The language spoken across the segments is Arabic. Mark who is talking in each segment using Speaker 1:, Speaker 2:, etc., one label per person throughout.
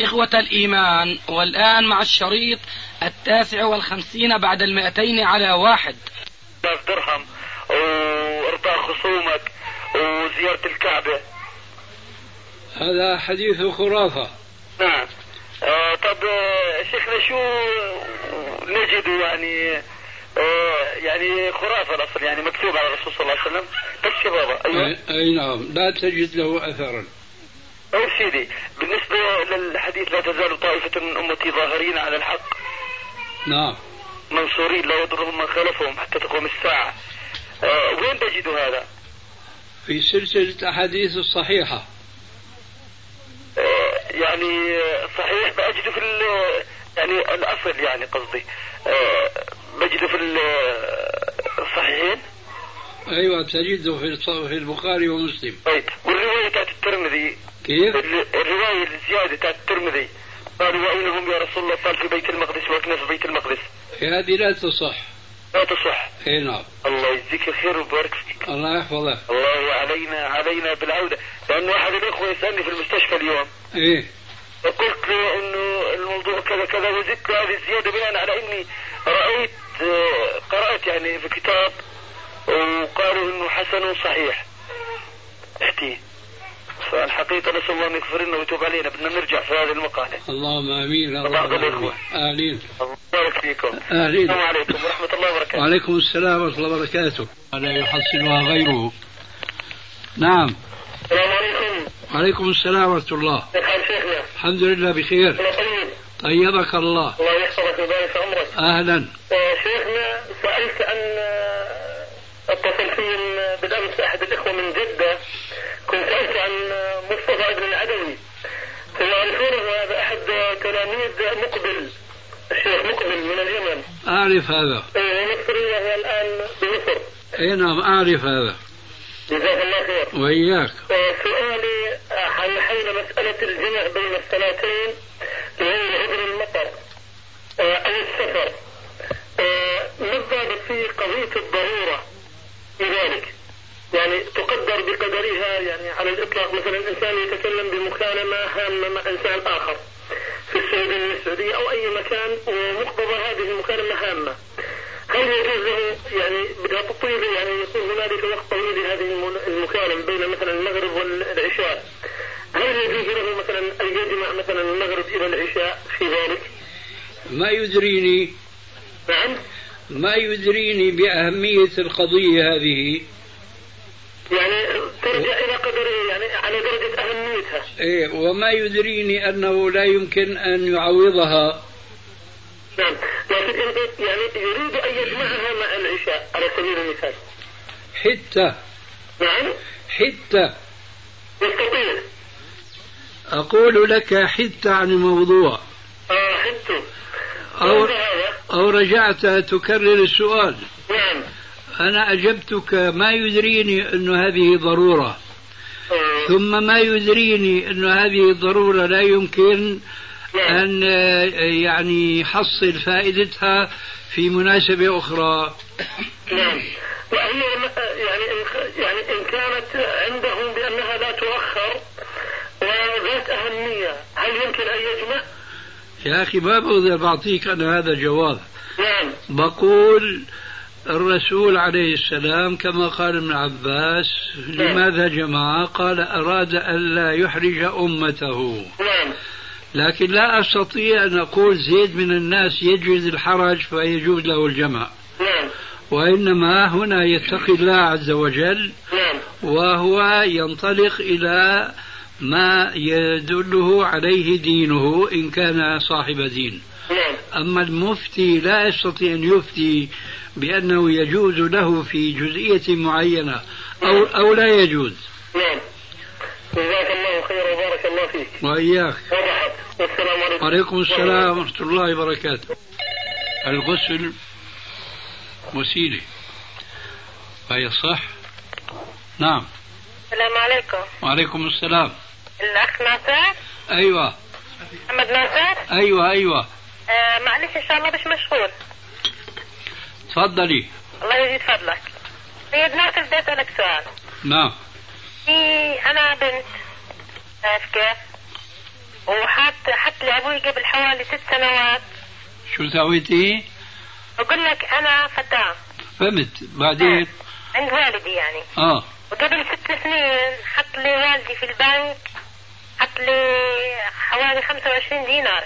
Speaker 1: إخوة الإيمان والآن مع الشريط التاسع والخمسين بعد المئتين على واحد
Speaker 2: ألاف درهم وارضاء خصومك وزيارة الكعبة
Speaker 3: هذا حديث خرافة
Speaker 2: نعم آه، طب آه، شيخنا شو نجده يعني آه، يعني خرافة الأصل يعني مكتوب على الرسول صلى الله عليه وسلم تكشف بابا أيوة
Speaker 3: أي, أي نعم لا تجد له أثرا
Speaker 2: أو سيدي بالنسبة للحديث لا تزال طائفة من أمتي ظاهرين على الحق
Speaker 3: نعم
Speaker 2: منصورين لا يضرهم من خالفهم حتى تقوم الساعة آه، وين تجد هذا؟
Speaker 3: في سلسلة أحاديث الصحيحة
Speaker 2: آه، يعني آه، صحيح بجده في ال- يعني الأصل يعني قصدي آه، بجده في ال- الصحيحين
Speaker 3: أيوة تجده في الص- في البخاري ومسلم
Speaker 2: طيب والرواية تاعت الترمذي
Speaker 3: كيف؟
Speaker 2: ال- الرواية الزيادة تاعت الترمذي قالوا وأين هم يا رسول الله قال في بيت المقدس وأكنا في بيت المقدس
Speaker 3: هذه لا تصح
Speaker 2: لا تصح
Speaker 3: أي نعم
Speaker 2: الله يجزيك الخير ويبارك فيك
Speaker 3: الله يحفظه
Speaker 2: الله علينا علينا بالعودة لأنه أحد الإخوة يسألني في المستشفى اليوم
Speaker 3: إيه
Speaker 2: قلت له انه الموضوع كذا كذا وزدت له هذه الزياده بناء على اني رايت آه، قرات يعني في كتاب وقالوا انه حسن صحيح احكي فالحقيقه نسال الله ان يغفر لنا ويتوب علينا بدنا نرجع في هذه المقاله
Speaker 3: اللهم آمين
Speaker 2: بعض
Speaker 3: اللهم آمين
Speaker 2: الإخوة.
Speaker 3: آمين
Speaker 2: الله يبارك فيكم
Speaker 3: أهلين.
Speaker 2: السلام عليكم ورحمه الله وبركاته
Speaker 3: وعليكم السلام ورحمة الله وبركاته ولا يحصلها غيره نعم
Speaker 2: السلام عليكم
Speaker 3: وعليكم السلام ورحمة الله
Speaker 2: يا شيخنا
Speaker 3: الحمد لله بخير
Speaker 2: الله طيب
Speaker 3: طيبك الله
Speaker 2: الله يحفظك ويبارك عمرك
Speaker 3: أهلا
Speaker 2: شيخنا سألت أن اتصل في بالأمس أحد الإخوة من جدة كنت سألت عن آه، مصطفى بن العدوي تعرفونه هذا أحد آه، تلاميذ مقبل الشيخ مقبل من اليمن
Speaker 3: أعرف هذا
Speaker 2: ومصري وهو الآن بمصر
Speaker 3: أي نعم أعرف هذا
Speaker 2: جزاه الله خير
Speaker 3: وإياك
Speaker 2: سؤالي عن حل مسألة الجمع بين الصلاتين غير عذر المطر آه، أو السفر آه، ما الضابط في قضية الضرورة في ذلك؟ يعني تقدر بقدرها يعني على الإطلاق مثلا إنسان يتكلم بمكالمة هامة مع إنسان آخر في السعودية السعودية أو أي مكان ومقتضى هذه المكالمة هامة هل يجوز له يعني بدها تطيل يعني يكون هنالك وقت طويل لهذه الم- المكالمة بين مثلا المغرب والعشاء هل يجوز له مثلا أن يجمع مثلا المغرب إلى العشاء في ذلك؟
Speaker 3: ما يدريني
Speaker 2: نعم
Speaker 3: ما يدريني بأهمية القضية هذه
Speaker 2: يعني ترجع إلى قدره يعني على درجة أهميتها
Speaker 3: إيه وما يدريني أنه لا يمكن أن يعوضها
Speaker 2: نعم لكن إن- يعني يريد أن يجمعها مع العشاء على سبيل المثال
Speaker 3: حتى
Speaker 2: نعم
Speaker 3: حتى
Speaker 2: يستطيع
Speaker 3: أقول لك حتى عن الموضوع
Speaker 2: آه، حدته
Speaker 3: أو,
Speaker 2: هذا
Speaker 3: أو رجعت تكرر السؤال
Speaker 2: نعم
Speaker 3: أنا أجبتك ما يدريني أن هذه ضرورة
Speaker 2: آه،
Speaker 3: ثم ما يدريني أن هذه الضرورة لا يمكن
Speaker 2: نعم
Speaker 3: أن آه، يعني يحصل فائدتها في مناسبة أخرى
Speaker 2: نعم وهي يعني إن يعني إن كانت عندهم بأنها لا تؤخر وذات أهمية هل يمكن أن يجمع؟
Speaker 3: يا أخي ما بقدر بعطيك أنا هذا الجواب
Speaker 2: نعم
Speaker 3: بقول الرسول عليه السلام كما قال ابن عباس لماذا جمع قال أراد ألا يحرج أمته
Speaker 2: نعم
Speaker 3: لكن لا أستطيع أن أقول زيد من الناس يجوز الحرج فيجوز له الجمع
Speaker 2: نعم
Speaker 3: وإنما هنا يتقي الله عز وجل
Speaker 2: نعم
Speaker 3: وهو ينطلق إلى ما يدله عليه دينه إن كان صاحب دين
Speaker 2: نعم
Speaker 3: أما المفتي لا يستطيع أن يفتي بأنه يجوز له في جزئية معينة أو, أو لا يجوز
Speaker 2: نعم جزاك الله خير وبارك الله فيك
Speaker 3: وإياك
Speaker 2: وضحت والسلام عليكم
Speaker 3: وعليكم السلام ورحمة الله وبركاته الغسل وسيلة فيصح نعم
Speaker 4: السلام عليكم
Speaker 3: وعليكم السلام
Speaker 4: الاخ ناصر
Speaker 3: أيوة
Speaker 4: محمد ناصر
Speaker 3: أيوة أيوة
Speaker 4: آه معلش ان شاء الله مش مشغول
Speaker 3: تفضلي
Speaker 4: الله يزيد فضلك سيد ناصر بدي اسالك سؤال
Speaker 3: نعم
Speaker 4: في انا بنت عارف كيف وحط حط لي ابوي قبل حوالي ست سنوات
Speaker 3: شو سويتي؟
Speaker 4: بقول لك انا فتاه
Speaker 3: فهمت بعدين
Speaker 4: عند والدي يعني
Speaker 3: اه
Speaker 4: وقبل ست سنين حط لي والدي في البنك حط لي حوالي 25 دينار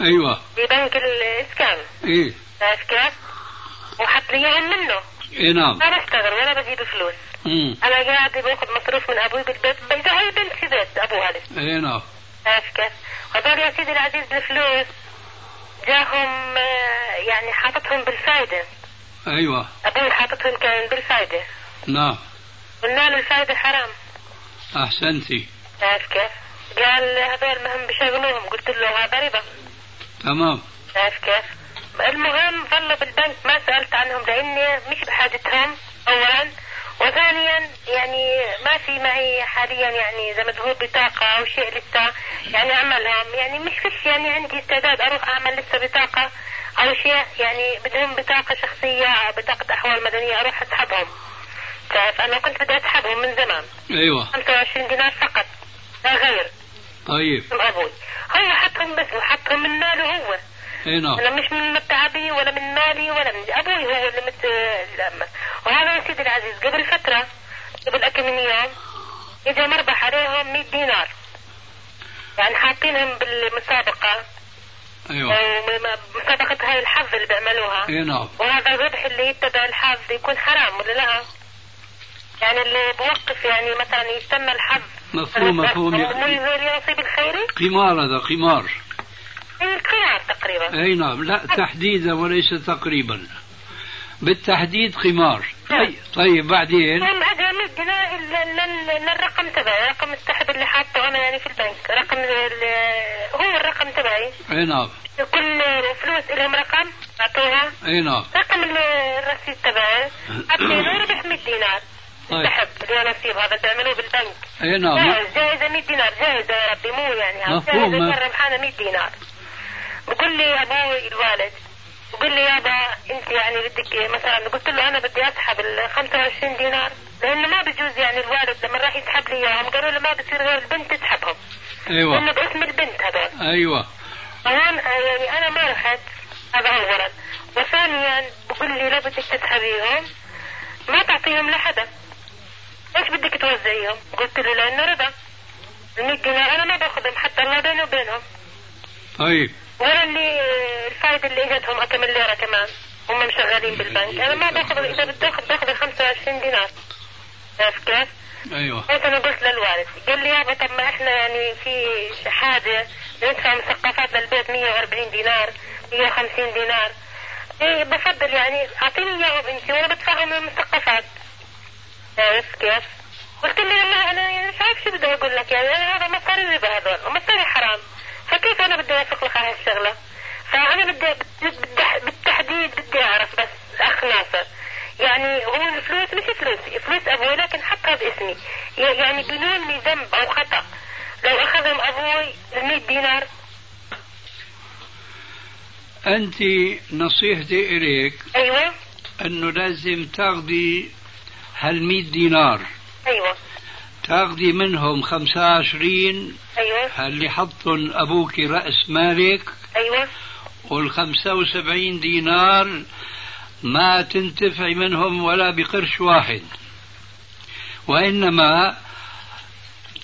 Speaker 3: ايوه
Speaker 4: في بنك الاسكان
Speaker 3: ايه
Speaker 4: عارف كيف؟ وحط لي اياهم منه
Speaker 3: ايه نعم
Speaker 4: ما بشتغل ولا بجيب فلوس
Speaker 3: امم
Speaker 4: انا قاعده باخذ مصروف من ابوي بالبيت بيته هي بنت في بيت ابوها لي
Speaker 3: ايه نعم
Speaker 4: عارف كيف؟ هذول يا سيدي العزيز الفلوس جاهم آه، يعني حاططهم بالفائده
Speaker 3: ايوه
Speaker 4: ابوي حاططهم كان بالفائده
Speaker 3: نعم
Speaker 4: قلنا له الفائده حرام
Speaker 3: احسنتي
Speaker 4: عارف كيف؟ قال هذول ما هم بيشغلوهم قلت له هذا ربا
Speaker 3: تمام
Speaker 4: عارف كيف؟ المهم ظلوا بالبنك ما سألت عنهم لأني مش بحاجتهم أولا وثانيا يعني ما في معي حاليا يعني زي ما تقول بطاقة أو شيء لسه يعني أعملهم يعني مش فيش يعني عندي استعداد أروح أعمل لسه بطاقة أو شيء يعني بدهم بطاقة شخصية أو بطاقة أحوال مدنية أروح أسحبهم تعرف أنا كنت بدي أسحبهم من زمان
Speaker 3: ايوه
Speaker 4: 25 دينار فقط لا غير
Speaker 3: طيب
Speaker 4: من أبوي هو حطهم بس وحطهم من ماله هو
Speaker 3: ايه نعم
Speaker 4: انا مش من متعبي ولا من مالي ولا من ابوي هو اللي مت الأم. وهذا يا سيدي العزيز قبل فتره قبل كم من يوم اجى مربح عليهم 100 دينار يعني حاطينهم بالمسابقه
Speaker 3: ايوه
Speaker 4: أو م- مسابقه هاي الحظ اللي بيعملوها
Speaker 3: ايه نعم
Speaker 4: وهذا الربح اللي يتبع الحظ يكون حرام ولا لا؟ يعني اللي بوقف يعني مثلا يستنى الحظ
Speaker 3: مفهوم مفهوم
Speaker 4: مو يزال يصيب الخيري
Speaker 3: قمار هذا قمار
Speaker 4: هي الخيار تقريبا
Speaker 3: اي نعم لا تحديدا وليس تقريبا بالتحديد قمار طيب, طيب بعدين
Speaker 4: المهم هذا مدنا للرقم تبعي رقم السحب اللي حاطه انا يعني في البنك رقم ال- هو الرقم تبعي
Speaker 3: اي نعم
Speaker 4: كل فلوس لهم رقم اعطوها
Speaker 3: اي نعم
Speaker 4: رقم ال- الرصيد تبعي حطي له ربح 100 دينار
Speaker 3: طيب.
Speaker 4: السحب اللي هو نصيب هذا تعملوه بالبنك
Speaker 3: اي نعم
Speaker 4: جاهز جاهزه 100 دينار جاهزه يا ربي مو يعني ها.
Speaker 3: مفهوم.
Speaker 4: جاهزه مرة ربحانه 100 دينار بقول لي ابوي الوالد بقول لي يابا انت يعني بدك إيه؟ مثلا قلت له انا بدي اسحب ال 25 دينار لانه ما بجوز يعني الوالد لما راح يسحب لي اياهم قالوا له ما بصير غير البنت تسحبهم لانه
Speaker 3: ايوه
Speaker 4: باسم البنت هذول
Speaker 3: ايوه
Speaker 4: فهون يعني انا ما رحت هذا اولا وثانيا بقول لي لو بدك تسحبيهم ما تعطيهم لحدا ليش بدك توزعيهم؟ قلت له لانه ربا ال دينار انا ما باخذهم حتى الله بيني وبينهم
Speaker 3: طيب
Speaker 4: ولا اللي الفائده اللي اجتهم كم ليره كمان هم مشغلين بالبنك انا ما باخذ اذا بدي اخذ باخذ ال 25 دينار عرفت كيف؟
Speaker 3: ايوه
Speaker 5: آه.
Speaker 4: قلت انا إيه، قلت للوالد قال لي يابا طب ما احنا يعني في حاجه ندفع مسقفات للبيت 140 دينار 150 دينار إيه بفضل يعني اعطيني اياهم انت وانا بدفعهم المسقفات عرفت كيف؟ قلت له والله انا يعني مش عارف شو بدي اقول لك يعني انا هذا مصاري ربا هذول ومصاري حرام فكيف انا بدي اوافق لك على هالشغله؟ فانا بدي بدي- بالتحديد بدي اعرف بس اخ ناصر يعني هو الفلوس مش فلوسي فلوس ابوي لكن حطها باسمي ي- يعني بدون ذنب او خطا لو اخذهم ابوي ال 100 دينار
Speaker 3: انت نصيحتي اليك
Speaker 4: ايوه
Speaker 3: انه لازم تاخذي هالمئة دينار
Speaker 4: ايوه
Speaker 3: تاخذي منهم خمسة عشرين
Speaker 4: ايوه
Speaker 3: اللي حطن أبوك رأس مالك
Speaker 4: ايوه
Speaker 3: والخمسة وسبعين دينار ما تنتفعي منهم ولا بقرش واحد وإنما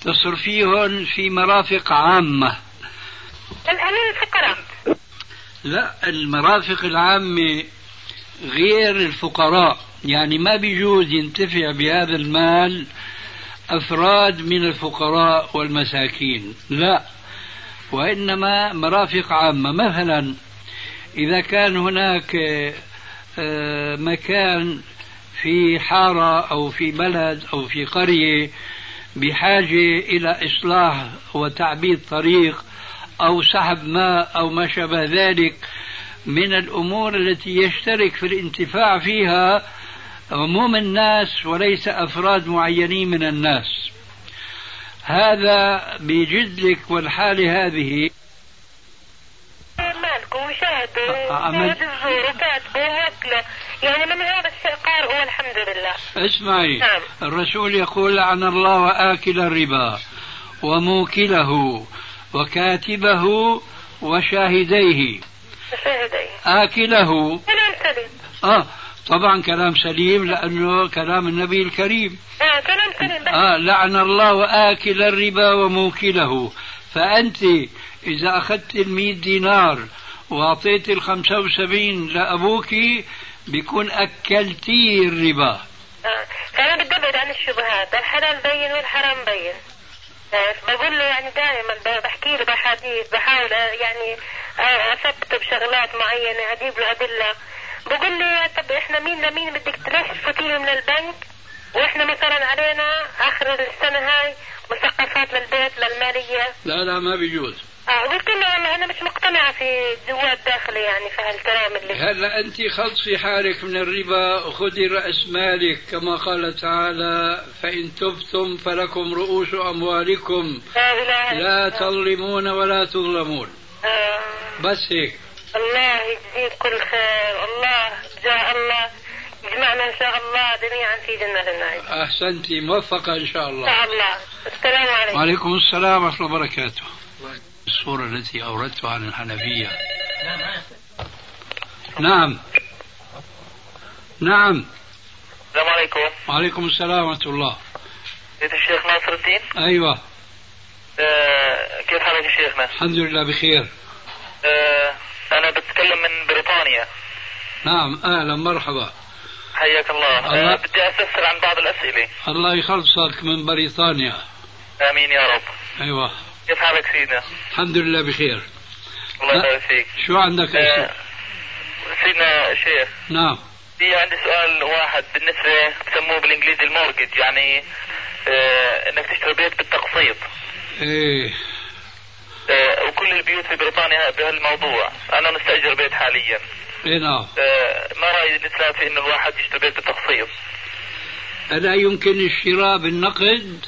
Speaker 3: تصرفيهم في مرافق عامة
Speaker 4: الامين الفقراء
Speaker 3: لا المرافق العامة غير الفقراء يعني ما بيجوز ينتفع بهذا المال أفراد من الفقراء والمساكين لا وإنما مرافق عامة مثلا إذا كان هناك آه، مكان في حارة أو في بلد أو في قرية بحاجة إلى إصلاح وتعبيد طريق أو سحب ماء أو ما شابه ذلك من الأمور التي يشترك في الانتفاع فيها عموم الناس وليس أفراد معينين من الناس هذا بجدلك والحالة هذه
Speaker 4: مالكم وشاهد
Speaker 3: آه، أما-
Speaker 4: وشاهد الزور وكاتبه واكله يعني من هذا الشيء قارئه والحمد لله
Speaker 3: اسمعي
Speaker 4: نعم.
Speaker 3: الرسول يقول لعن الله آكل الربا وموكله وكاتبه وشاهديه
Speaker 4: شاهد ايه
Speaker 3: آكله
Speaker 4: كلام سليم
Speaker 3: آه طبعا كلام سليم لأنه كلام النبي الكريم
Speaker 4: اه كلام سليم بس
Speaker 3: آه لعن الله آكل الربا وموكله فأنت إذا أخذت المئة دينار وأعطيت الخمسة وسبعين لأبوك بيكون أكلتي الربا
Speaker 4: آه. فانا بدي ابعد عن الشبهات الحلال بين والحرام بين آه، بقول له يعني دائما ب- بحكي له بحاديث بحاول آه، يعني آه، اثبته بشغلات معينه اجيب له ادله بقول له طب احنا مين لمين بدك تلش فتيله من البنك واحنا مثلا علينا اخر السنه هاي مثقفات للبيت للماليه
Speaker 3: لا لا ما بيجوز
Speaker 4: اه قلت له والله انا مش مقتنعه في جوات داخلي يعني في هالكلام اللي
Speaker 3: هلا انت خلصي حالك من الربا وخذي راس مالك كما قال تعالى فان تبتم فلكم رؤوس اموالكم
Speaker 4: لا اله
Speaker 3: لا
Speaker 4: الله.
Speaker 3: تظلمون ولا تظلمون
Speaker 4: آه.
Speaker 3: بس هيك
Speaker 4: الله يجزيك كل خير الله جاء الله يجمعنا ان شاء الله جميعا في جنه النعيم
Speaker 3: احسنتي موفقه ان شاء
Speaker 4: ان
Speaker 3: الله
Speaker 4: شاء الله السلام عليكم
Speaker 3: وعليكم السلام ورحمه الله وبركاته الصوره التي اوردتها عن الحنفيه نعم نعم
Speaker 6: السلام عليكم
Speaker 3: وعليكم السلام ورحمه الله
Speaker 6: سيد الشيخ ناصر الدين
Speaker 3: ايوه
Speaker 6: آه، كيف حالك يا شيخنا؟
Speaker 3: الحمد لله بخير
Speaker 6: آه، أنا بتكلم من بريطانيا
Speaker 3: نعم اهلا مرحبا
Speaker 6: حياك الله
Speaker 3: الله.
Speaker 6: آه، بدي أستفسر عن بعض الأسئلة
Speaker 3: الله يخلصك من بريطانيا
Speaker 6: آمين يا رب
Speaker 3: ايوه
Speaker 6: كيف حالك سيدنا؟
Speaker 3: الحمد لله بخير
Speaker 6: الله
Speaker 3: أه.
Speaker 6: يبارك فيك
Speaker 3: شو عندك
Speaker 6: آه،
Speaker 3: أسئلة؟
Speaker 6: سيدنا شيخ
Speaker 3: نعم
Speaker 6: في عندي سؤال واحد بالنسبة بسموه بالإنجليزي المورجج يعني آه، إنك تشتري بيت بالتقسيط
Speaker 3: ايه
Speaker 6: آه، وكل البيوت في بريطانيا بهالموضوع أنا مستأجر بيت حاليا
Speaker 3: ايه نعم
Speaker 6: آه، ما رأي الإسلام في إنه الواحد يشتري بيت بالتقسيط؟
Speaker 3: الا يمكن الشراء بالنقد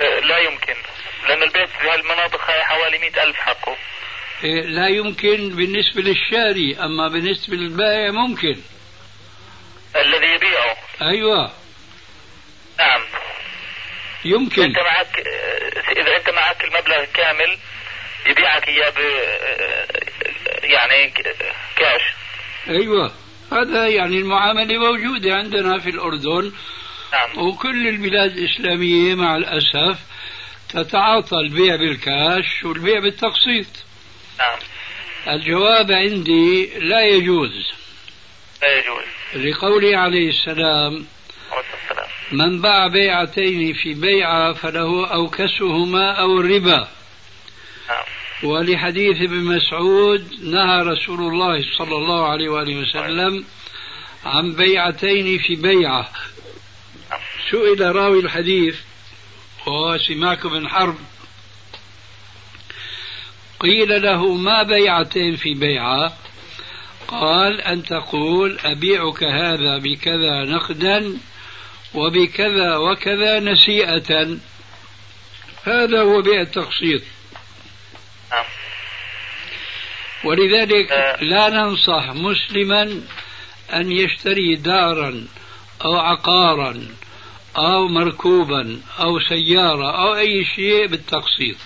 Speaker 6: آه، لا يمكن لأن البيت في هالمناطق هاي حوالي مئة ألف حقه
Speaker 3: إيه لا يمكن بالنسبة للشاري أما بالنسبة للبائع ممكن
Speaker 6: الذي يبيعه
Speaker 3: أيوة
Speaker 6: نعم
Speaker 3: يمكن
Speaker 6: انت معك آه، اذا انت معك المبلغ كامل يبيعك اياه ب آه، يعني ك- كاش
Speaker 3: أيوة هذا يعني المعاملة موجودة عندنا في الأردن
Speaker 6: نعم
Speaker 3: وكل البلاد الإسلامية مع الأسف تتعاطى البيع بالكاش والبيع بالتقسيط
Speaker 6: نعم
Speaker 3: الجواب عندي لا يجوز
Speaker 6: لا يجوز
Speaker 3: لقوله عليه السلام
Speaker 6: عليه السلام
Speaker 3: من باع بيعتين في بيعة فله أوكسهما أو الربا
Speaker 6: نعم
Speaker 3: ولحديث ابن مسعود نهى رسول الله صلى الله عليه وآله وسلم عن بيعتين في بيعة سئل راوي الحديث وهو سماك بن حرب قيل له ما بيعتين في بيعة قال أن تقول أبيعك هذا بكذا نقدا وبكذا وكذا نسيئة هذا هو بيع التقسيط
Speaker 6: نعم
Speaker 3: ولذلك
Speaker 6: آه.
Speaker 3: لا ننصح مسلما أن يشتري دارا أو عقارا أو مركوبا أو سيارة أو أي شيء بالتقسيط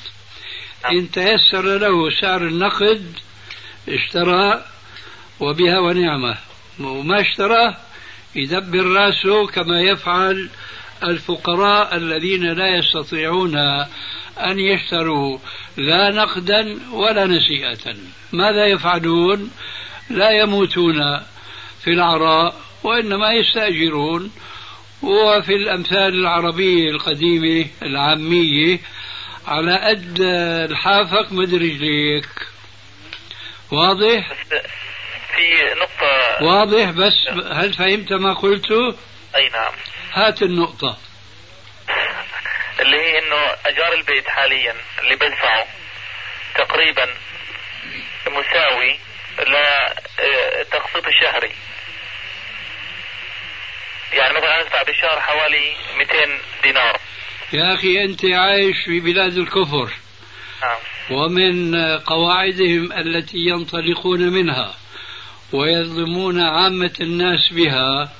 Speaker 6: نعم.
Speaker 3: إن تيسر له سعر النقد اشترى وبها ونعمة وما اشترى يدبر راسه كما يفعل الفقراء الذين لا يستطيعون أن يشتروا لا نقدا ولا نسيئة ماذا يفعلون لا يموتون في العراء وإنما يستأجرون وفي الأمثال العربية القديمة العامية على قد الحافك مد رجليك واضح
Speaker 6: بس في نقطة
Speaker 3: واضح بس هل فهمت ما قلته
Speaker 6: اي نعم
Speaker 3: هات النقطة
Speaker 6: اللي هي انه اجار البيت حاليا اللي بدفعه تقريبا مساوي لا
Speaker 2: آه، يعني بشهر حوالي 200 دينار
Speaker 3: يا أخي أنت عايش في بلاد الكفر
Speaker 2: نعم
Speaker 3: ومن قواعدهم التي ينطلقون منها ويظلمون عامة الناس بها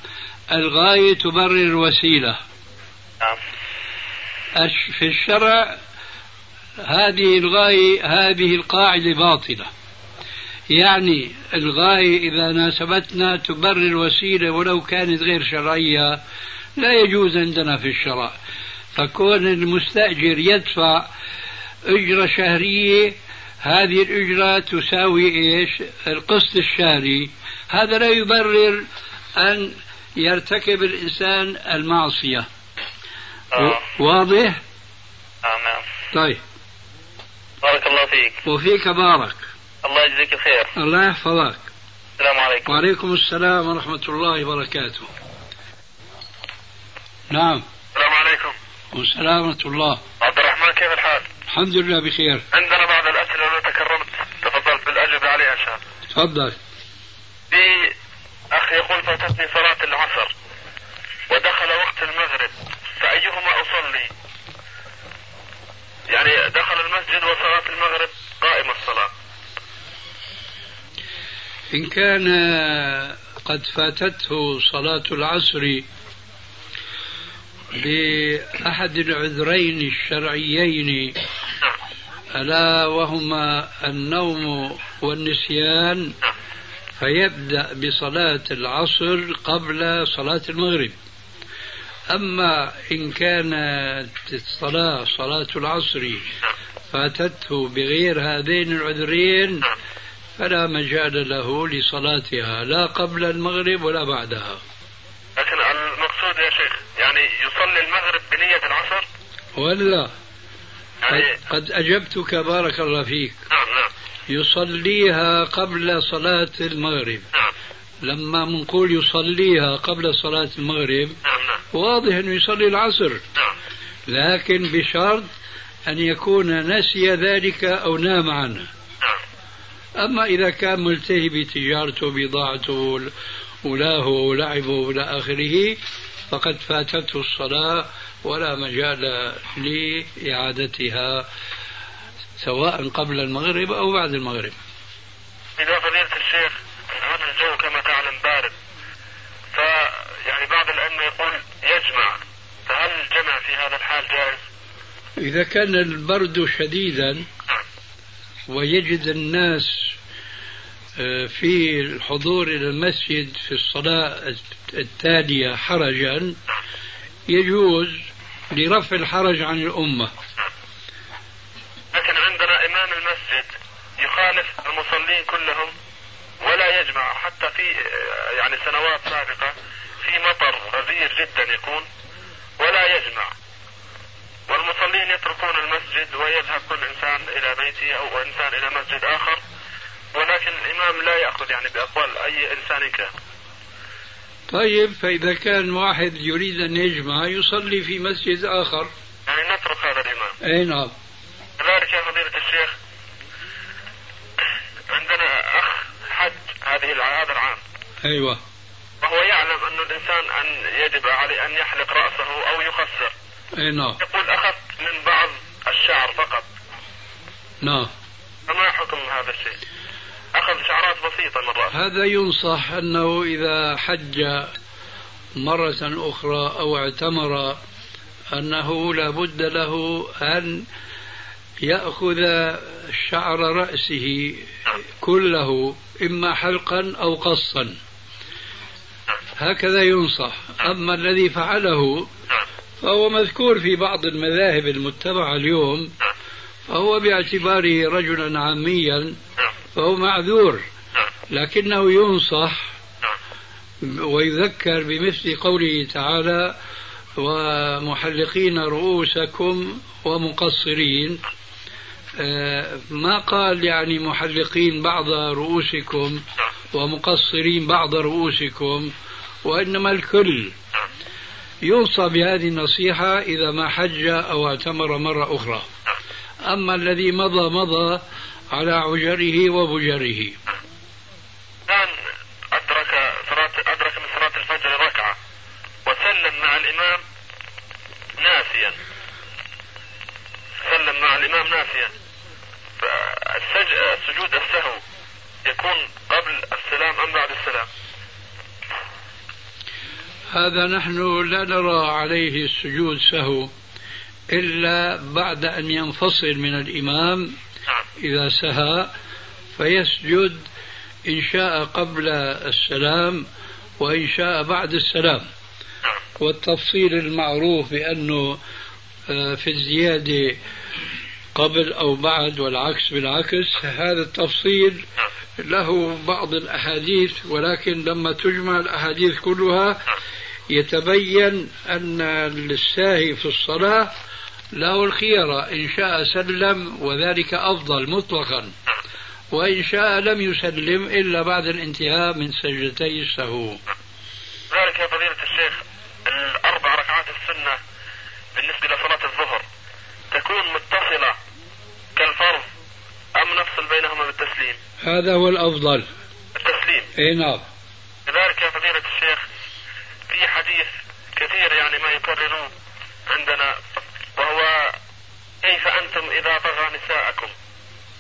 Speaker 3: الغاية تبرر الوسيلة
Speaker 2: نعم
Speaker 3: الش- في الشرع هذه الغاية هذه القاعدة باطلة يعني الغاية إذا ناسبتنا تبرر الوسيلة ولو كانت غير شرعية لا يجوز عندنا في الشرع فكون المستأجر يدفع أجرة شهرية هذه الأجرة تساوي إيش القسط الشهري هذا لا يبرر أن يرتكب الإنسان المعصية
Speaker 2: آه.
Speaker 3: واضح
Speaker 2: نعم نعم
Speaker 3: طيب
Speaker 2: بارك الله فيك
Speaker 3: وفيك بارك
Speaker 2: الله يجزيك الخير
Speaker 3: الله يحفظك
Speaker 2: السلام عليكم
Speaker 3: وعليكم السلام ورحمة الله وبركاته نعم
Speaker 2: السلام عليكم
Speaker 3: وسلامة الله
Speaker 2: عبد الرحمن كيف الحال؟
Speaker 3: الحمد لله بخير
Speaker 2: عندنا بعض الأسئلة لو تكرمت تفضلت بالأجوبة عليها إن شاء الله
Speaker 3: تفضل
Speaker 2: في أخ يقول فاتتني صلاة العصر ودخل وقت المغرب فأيهما أصلي؟ يعني دخل المسجد وصلاة المغرب قائمة الصلاة
Speaker 3: إن كان آه، قد فاتته صلاة العصر بأحد العذرين الشرعيين
Speaker 2: نعم
Speaker 3: ألا وهما النوم والنسيان فيبدأ بصلاة العصر قبل صلاة المغرب أما إن كانت الصلاة صلاة العصر فاتته بغير هذين العذرين
Speaker 2: نعم.
Speaker 3: فلا مجال له لصلاتها لا قبل المغرب ولا بعدها
Speaker 2: لكن المقصود يا شيخ يعني يصلي المغرب بنية العصر
Speaker 3: ولا
Speaker 2: يعني
Speaker 3: قد- قد أجبتك بارك الله فيك
Speaker 2: نعم نعم
Speaker 3: يصليها قبل صلاة المغرب
Speaker 2: نعم
Speaker 3: لما منقول يصليها قبل صلاة المغرب
Speaker 2: نعم نعم
Speaker 3: واضح أنه يصلي العصر
Speaker 2: نعم
Speaker 3: لكن بشرط أن يكون نسي ذلك أو نام عنه
Speaker 2: نعم
Speaker 3: أما إذا كان ملتهي بتجارته بضاعته ولاه ولعبه إلى آخره فقد فاتته الصلاة ولا مجال لإعادتها سواء قبل المغرب أو بعد المغرب
Speaker 2: إذا فضيلة الشيخ هذا الجو كما تعلم بارد فيعني بعض العلم يقول يجمع فهل الجمع في هذا الحال جائز؟
Speaker 3: إذا كان البرد شديدا
Speaker 2: نعم
Speaker 3: ويجد الناس آه، في الحضور إلى المسجد في الصلاة التالية حرجا يجوز لرفع الحرج عن الأمة
Speaker 2: لكن عندنا إمام المسجد يخالف المصلين كلهم ولا يجمع حتى في آه، يعني سنوات سابقة في مطر غزير جدا يكون ولا يجمع والمصلين يتركون المسجد ويذهب كل إنسان إلى بيته أو إنسان إلى مسجد آخر ولكن الإمام لا يأخذ يعني بأقوال أي إنسان كان
Speaker 3: طيب فإذا كان واحد يريد أن يجمع يصلي في مسجد آخر
Speaker 2: يعني نترك هذا الإمام
Speaker 3: أي نعم
Speaker 2: كذلك يا فضيلة الشيخ عندنا أخ حج هذه الع- هذا العام
Speaker 3: أيوة
Speaker 2: وهو يعلم أن الإنسان أن يجب عليه أن يحلق رأسه أو يخسر
Speaker 3: أي نعم
Speaker 2: يقول أخذت من بعض الشعر فقط
Speaker 3: نعم
Speaker 2: فما حكم هذا الشيء أخذ شعرات بسيطة من رأسه
Speaker 3: هذا ينصح أنه إذا حج مرة أخرى أو اعتمر أنه لابد له أن يأخذ شعر رأسه
Speaker 2: نعم،
Speaker 3: كله إما حلقا أو قصا هكذا ينصح أما الذي فعله
Speaker 2: نعم
Speaker 3: فهو مذكور في بعض المذاهب المتبعة اليوم
Speaker 2: نعم
Speaker 3: فهو باعتباره رجلا عاميا
Speaker 2: نعم
Speaker 3: فهو معذور
Speaker 2: نعم
Speaker 3: لكنه ينصح
Speaker 2: نعم
Speaker 3: ويذكر بمثل قوله تعالى ومحلقين رؤوسكم ومقصرين آه، ما قال يعني محلقين بعض رؤوسكم
Speaker 2: نعم
Speaker 3: ومقصرين بعض رؤوسكم وإنما الكل
Speaker 2: نعم
Speaker 3: يوصى بهذه النصيحة إذا ما حج أو اعتمر مرة أخرى
Speaker 2: نعم.
Speaker 3: أما الذي مضى مضى على عجره وبجره
Speaker 2: الآن أدرك صلاة أدرك من صلاة الفجر ركعة وسلم مع السلام
Speaker 3: هذا نحن لا نرى عليه السجود سهو إلا بعد أن ينفصل من الإمام
Speaker 2: نعم
Speaker 3: إذا سهى فيسجد إن شاء قبل السلام وإن شاء بعد السلام
Speaker 2: نعم
Speaker 3: والتفصيل المعروف بأنه آه، في الزيادة قبل أو بعد والعكس بالعكس هذا التفصيل
Speaker 2: نعم
Speaker 3: له بعض الأحاديث ولكن لما تجمع الأحاديث كلها يتبين أن الساهي في الصلاة له الخيرة إن شاء سلم وذلك أفضل مطلقا
Speaker 2: نعم.
Speaker 3: وإن شاء لم يسلم إلا بعد الانتهاء من سجدتي السهو
Speaker 2: ذلك يا فضيلة الشيخ الأربع ركعات السنة بالنسبة لصلاة الظهر تكون متصلة كالفرض أم نفصل بينهما بالتسليم؟
Speaker 3: هذا هو الأفضل
Speaker 2: التسليم
Speaker 3: إيه نعم
Speaker 2: كذلك يا فضيلة الشيخ في حديث كثير يعني ما يكرروه عندنا وهو كيف أنتم إذا طغى نساءكم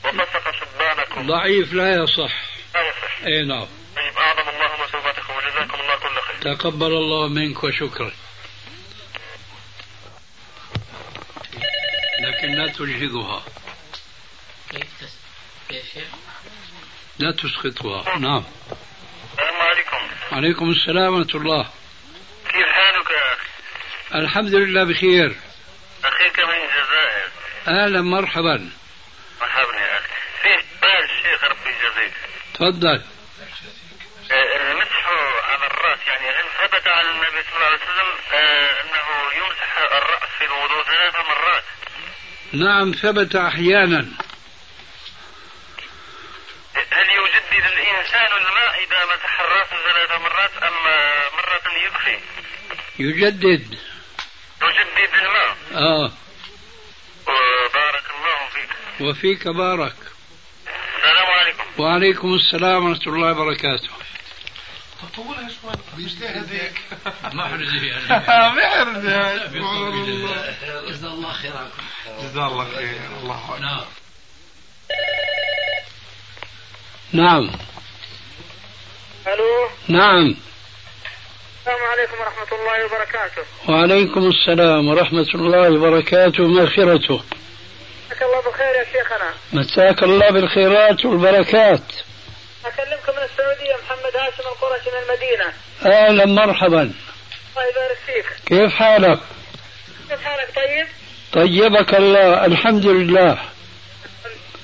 Speaker 2: وفسق شبانكم
Speaker 3: ضعيف لا يصح
Speaker 2: لا يصح
Speaker 3: إيه نعم
Speaker 2: طيب أعظم الله مثوبتكم وجزاكم الله كل خير
Speaker 3: تقبل الله منك وشكرا لكن لا تجهضها
Speaker 7: كيف تس... كيف يا؟
Speaker 3: لا تسقطها نعم
Speaker 2: السلام عليكم
Speaker 3: عليكم السلام ورحمة الله
Speaker 2: كيف حالك يا أخي؟
Speaker 3: الحمد لله بخير
Speaker 2: أخيك من الجزائر
Speaker 3: أهلا مرحبا
Speaker 2: مرحبا يا أخي فيه بال الشيخ ربي يجازيك
Speaker 3: تفضل
Speaker 2: آه، المسح على الرأس يعني هل ثبت عن النبي صلى الله عليه وسلم آه، أنه يمسح الرأس في الوضوء ثلاث مرات
Speaker 3: نعم ثبت أحيانا
Speaker 2: هل يجدد الإنسان الماء إذا مسح الرأس ثلاث مرات أم آه، مرة يكفي
Speaker 3: يجدد
Speaker 2: يجدد الماء
Speaker 3: آه
Speaker 2: بارك الله فيك
Speaker 3: وفيك بارك
Speaker 2: السلام عليكم
Speaker 3: وعليكم السلام ورحمة الله وبركاته
Speaker 8: طولها شوي بيجتهد هيك
Speaker 3: محرز
Speaker 8: محرز سبحان الله
Speaker 7: جزا الله خيركم
Speaker 8: جزاه الله خير الله أكبر.
Speaker 3: نعم نعم
Speaker 9: الو
Speaker 3: نعم
Speaker 9: السلام عليكم ورحمه الله وبركاته
Speaker 3: وعليكم السلام ورحمة الله وبركاته ومغفرته
Speaker 9: مساك الله بالخير يا شيخنا
Speaker 3: مساك الله بالخيرات والبركات
Speaker 9: اكلمكم من السعوديه محمد هاشم القرشي من المدينه
Speaker 3: أهلا مرحبا
Speaker 9: الله يبارك فيك
Speaker 3: كيف حالك
Speaker 9: كيف حالك طيب؟
Speaker 3: طيبك الله الحمد لله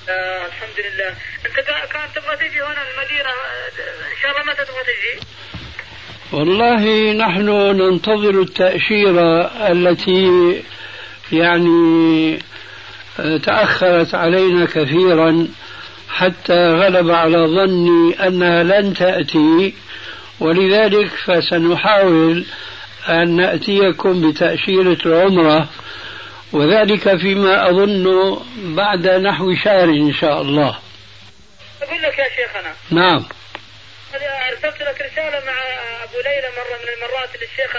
Speaker 9: آه الحمد لله انت كا- كان تبغى تجي هنا المدينه آه، ان شاء الله متى تبغى تجي؟
Speaker 3: والله نحن ننتظر التأشيرة التي يعني تأخرت علينا كثيرا حتى غلب على ظني أنها لن تأتي ولذلك فسنحاول أن نأتيكم بتأشيرة العمرة وذلك فيما أظن بعد نحو شهر إن شاء الله
Speaker 9: اقول لك يا شيخنا
Speaker 3: نعم
Speaker 9: أنا ارسلت يعني لك رساله مع ابو ليلى مره من المرات للشيخ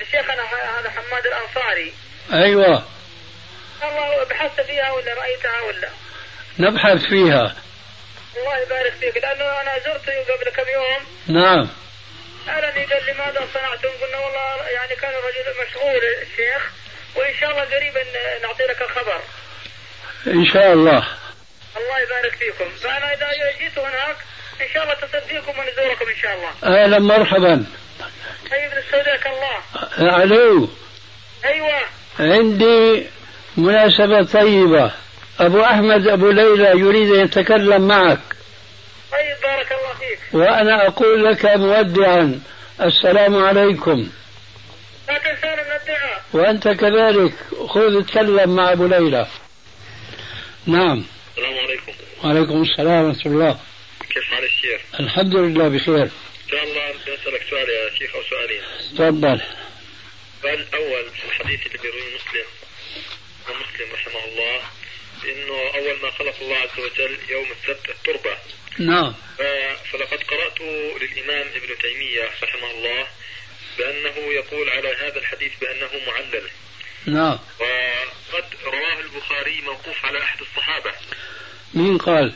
Speaker 9: لشيخنا ه- هذا حماد الانصاري
Speaker 3: أيوة
Speaker 9: الله بحثت فيها ولا رايتها ولا؟
Speaker 3: نبحث فيها
Speaker 9: الله يبارك فيك لانه انا زرته قبل كم يوم
Speaker 3: نعم
Speaker 9: سالني قال لماذا صنعتم؟ قلنا والله يعني كان الرجل مشغول الشيخ وان شاء الله قريبا نعطي لك الخبر.
Speaker 3: إن شاء الله
Speaker 9: الله يبارك فيكم، فانا اذا جيت هناك ان شاء الله اتصل فيكم ونزوركم ان شاء الله.
Speaker 3: اهلا مرحبا
Speaker 9: طيب نستودعك الله.
Speaker 3: الو
Speaker 9: ايوه
Speaker 3: عندي مناسبة طيبة ابو احمد ابو ليلى يريد ان يتكلم معك
Speaker 9: طيب بارك الله فيك.
Speaker 3: وانا اقول لك مودعا السلام عليكم
Speaker 9: لا تنسانا من الدعاء.
Speaker 3: وانت كذلك خذ اتكلم مع ابو ليلى نعم
Speaker 2: السلام عليكم
Speaker 3: وعليكم السلام ورحمة الله
Speaker 2: كيف حال الشيخ؟
Speaker 3: الحمد لله بخير
Speaker 2: إن شاء الله بدي أسألك سؤال يا شيخ أو سؤالين
Speaker 3: تفضل
Speaker 2: السؤال الأول في الحديث اللي بيرويه مسلم عن مسلم رحمه الله إنه أول ما خلق الله عز وجل يوم السبت التربة
Speaker 3: نعم
Speaker 2: ف- فلقد قرأت للإمام ابن تيمية رحمه الله بأنه يقول على هذا الحديث بأنه معلل
Speaker 3: نعم
Speaker 2: وقد رواه البخاري موقوف على أحد الصحابة آه،
Speaker 3: مين قال؟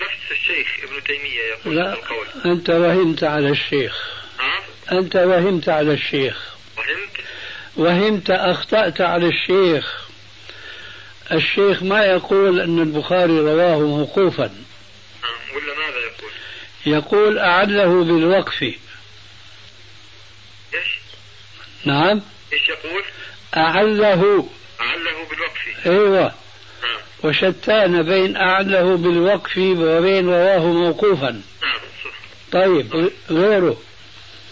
Speaker 2: نفس الشيخ ابن تيمية يقول
Speaker 3: لا
Speaker 2: هذا القول
Speaker 3: أنت وهمت على الشيخ
Speaker 2: ها
Speaker 3: أنت وهمت على الشيخ
Speaker 2: فهمت؟
Speaker 3: وهمت أخطأت على الشيخ الشيخ ما يقول أن البخاري رواه موقوفا
Speaker 2: آه، ولا ماذا يقول؟
Speaker 3: يقول أعله بالوقف
Speaker 2: ايش؟
Speaker 3: نعم
Speaker 2: ايش يقول؟
Speaker 3: أعله
Speaker 2: أعله بالوقف
Speaker 3: أيوة
Speaker 2: آه،
Speaker 3: وشتان بين أعله بالوقف وبين رواه موقوفا
Speaker 2: نعم صح
Speaker 3: طيب غيره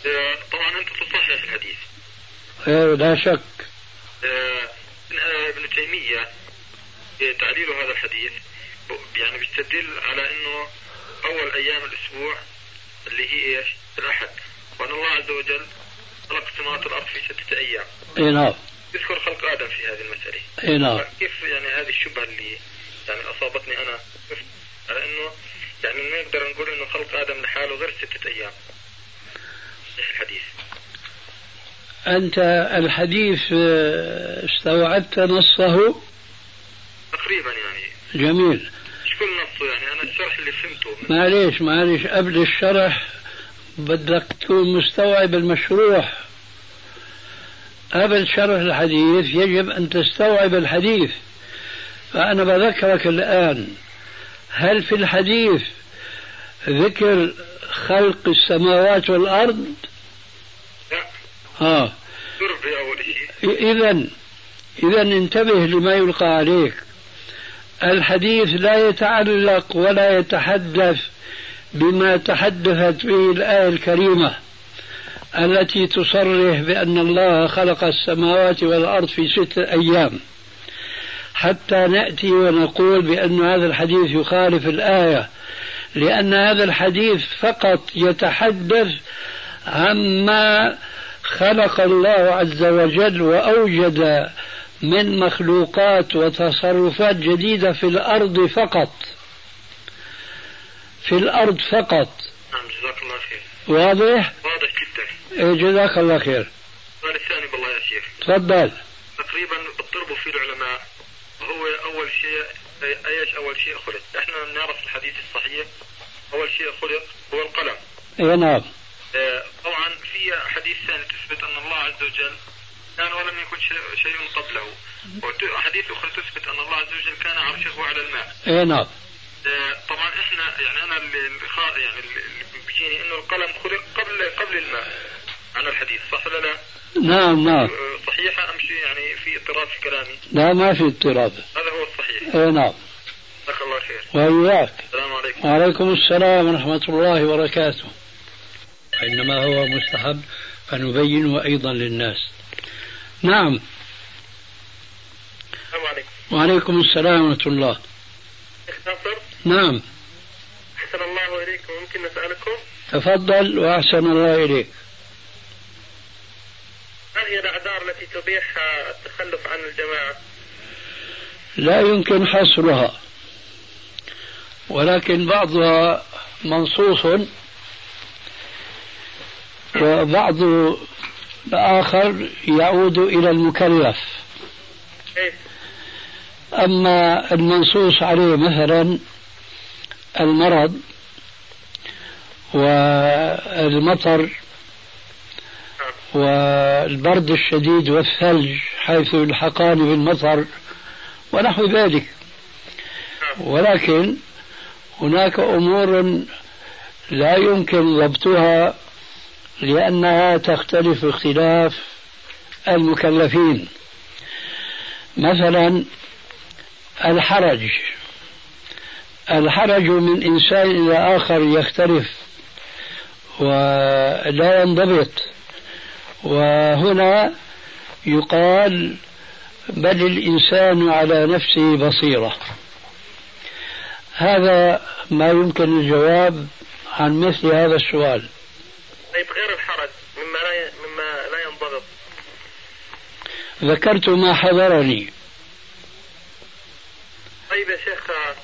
Speaker 2: آه، طبعا أنت تصحح الحديث
Speaker 3: غيره لا شك
Speaker 2: آه، آه، ابن تيمية آه، تعليل هذا الحديث ب- يعني بيستدل على أنه أول أيام الأسبوع اللي هي إيش؟ الأحد وأن الله عز وجل خلق سماوات الأرض في ستة أيام
Speaker 3: اي نعم
Speaker 2: يذكر خلق آدم في هذه المسألة
Speaker 3: اي
Speaker 5: آه.
Speaker 3: نعم
Speaker 2: كيف يعني هذه الشبهه اللي يعني اصابتني انا على انه يعني ما نقدر نقول انه خلق ادم لحاله غير سته ايام. صحيح الحديث.
Speaker 3: أنت الحديث آه، استوعبت نصه
Speaker 2: تقريبا يعني
Speaker 3: جميل
Speaker 2: مش كل نصه يعني انا الشرح اللي فهمته من
Speaker 3: معليش معليش قبل الشرح بدك تكون مستوعب المشروع قبل شرح الحديث يجب أن تستوعب الحديث فأنا بذكرك الآن هل في الحديث ذكر خلق السماوات والأرض آه.
Speaker 2: لا
Speaker 3: ها
Speaker 2: تربية اول شيء
Speaker 3: إذا إذا انتبه لما يلقى عليك الحديث لا يتعلق ولا يتحدث بما تحدثت به الآية الكريمة التي تصرح بأن الله خلق السماوات والأرض في ستة أيام حتى نأتي ونقول بأن هذا الحديث يخالف الآية لأن هذا الحديث فقط يتحدث عما خلق الله عز وجل وأوجد من مخلوقات وتصرفات جديدة في الأرض فقط في الأرض فقط
Speaker 2: نعم جزاك الله خير
Speaker 3: واضح؟
Speaker 2: واضح جدا
Speaker 3: إيه، جزاك الله خير
Speaker 2: السؤال الثاني بالله يا شيخ
Speaker 3: تفضل
Speaker 2: تقريبا بتضربوا فيه العلماء هو اول شيء أي- ايش اول شيء خلق؟ احنا بنعرف الحديث الصحيح اول شيء خلق هو القلم
Speaker 3: اي نعم
Speaker 2: آه، طبعا في حديث ثاني تثبت ان الله عز وجل كان ولم يكن شيء- شيء قبله وحديث اخرى تثبت ان الله عز وجل كان عرشه على الماء
Speaker 3: اي نعم
Speaker 2: آه، طبعا احنا يعني انا اللي اللي خا- يعني اللي اللي بيجيني انه القلم خلق قبل قبل الماء عن الحديث صح ولا لا؟
Speaker 3: نعم نعم
Speaker 2: آه، صحيحه ام شيء يعني في اضطراب في كلامي
Speaker 3: لا ما في اضطراب
Speaker 2: هذا هو الصحيح
Speaker 3: اي نعم
Speaker 2: جزاك الله خير
Speaker 3: وإياك
Speaker 2: السلام عليكم
Speaker 3: وعليكم السلام ورحمة الله وبركاته إنما هو مستحب فنبينه أيضا للناس نعم
Speaker 2: السلام عليكم
Speaker 3: وعليكم السلام ورحمة الله
Speaker 2: شيخ ناصر
Speaker 3: نعم
Speaker 2: احسن الله اليكم ممكن نسالكم
Speaker 3: تفضل وأحسن الله إليك
Speaker 2: ما هي الاعذار التي تبيح التخلف عن الجماعه؟
Speaker 3: لا يمكن حصرها ولكن بعضها منصوص وبعض الآخر يعود إلى المكلف
Speaker 2: كيف؟
Speaker 3: أما المنصوص عليه مثلا المرض والمطر والبرد الشديد والثلج حيث يلحقان بالمطر ونحو ذلك ولكن هناك أمور لا يمكن ضبطها لأنها تختلف باختلاف المكلفين مثلا الحرج الحرج من إنسان إلى آخر يختلف ولا ينضبط وهنا يقال بل الإنسان على نفسه بصيرة هذا ما يمكن الجواب عن مثل هذا السؤال
Speaker 2: طيب غير الحرج مما لا مما لا ينضبط
Speaker 3: ذكرت ما حضرني
Speaker 2: طيب يا شيخ آه،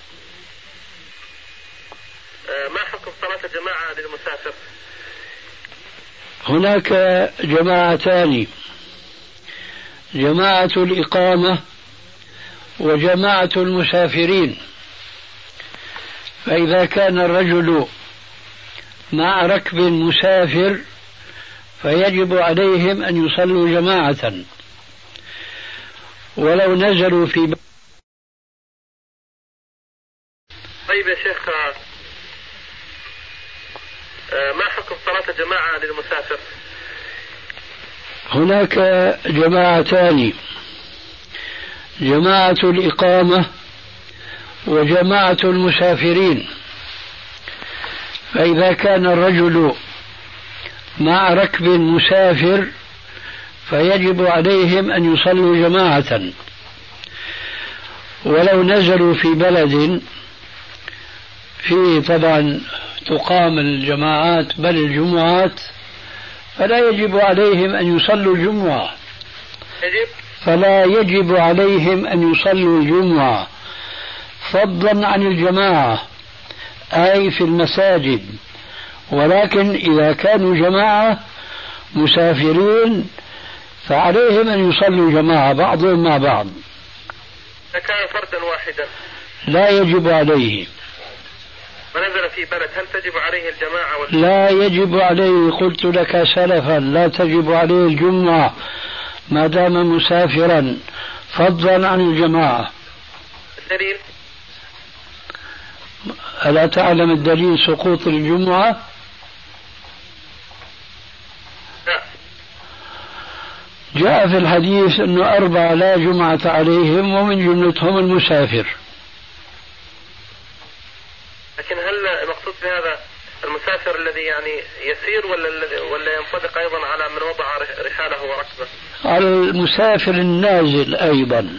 Speaker 2: آه، ما حكم صلاة الجماعة للمسافر؟
Speaker 3: هناك جماعتان جماعة الإقامة وجماعة المسافرين
Speaker 5: فإذا كان الرجل مع ركب مسافر فيجب عليهم أن يصلوا جماعة ولو نزلوا في ب...
Speaker 10: طيب يا شيخ آه، آه، ما حكم صلاة الجماعة للمسافر؟
Speaker 5: هناك جماعتان جماعة الإقامة وجماعة المسافرين فإذا كان الرجل مع ركب مسافر فيجب عليهم أن يصلوا جماعة ولو نزلوا في بلد فيه طبعا تقام الجماعات بل الجمعات فلا يجب عليهم أن يصلوا الجمعة
Speaker 10: يجب
Speaker 5: فلا يجب عليهم أن يصلوا الجمعة فضلا عن الجماعة أي في المساجد ولكن إذا كانوا جماعة مسافرين فعليهم أن يصلوا جماعة بعضهم مع بعض
Speaker 10: إذا كان فردا واحدا
Speaker 5: لا يجب عليه
Speaker 10: ونزل في بلد هل تجب عليه الجماعة ولا
Speaker 5: لا يجب عليه قلت لك سلفا لا تجب عليه الجمعة ما دام مسافرا فضلا عن الجماعة
Speaker 10: الدليل؟
Speaker 5: ألا تعلم الدليل سقوط الجمعة
Speaker 10: لا
Speaker 5: جاء في الحديث أنه أربعة لا جمعة عليهم ومن جملتهم المسافر
Speaker 10: لكن هل المقصود في هذا المسافر الذي يعني يسير ولا الذي- ولا ينطبق ايضا على من وضع رح- رحاله وركبه؟
Speaker 5: على المسافر النازل أيضا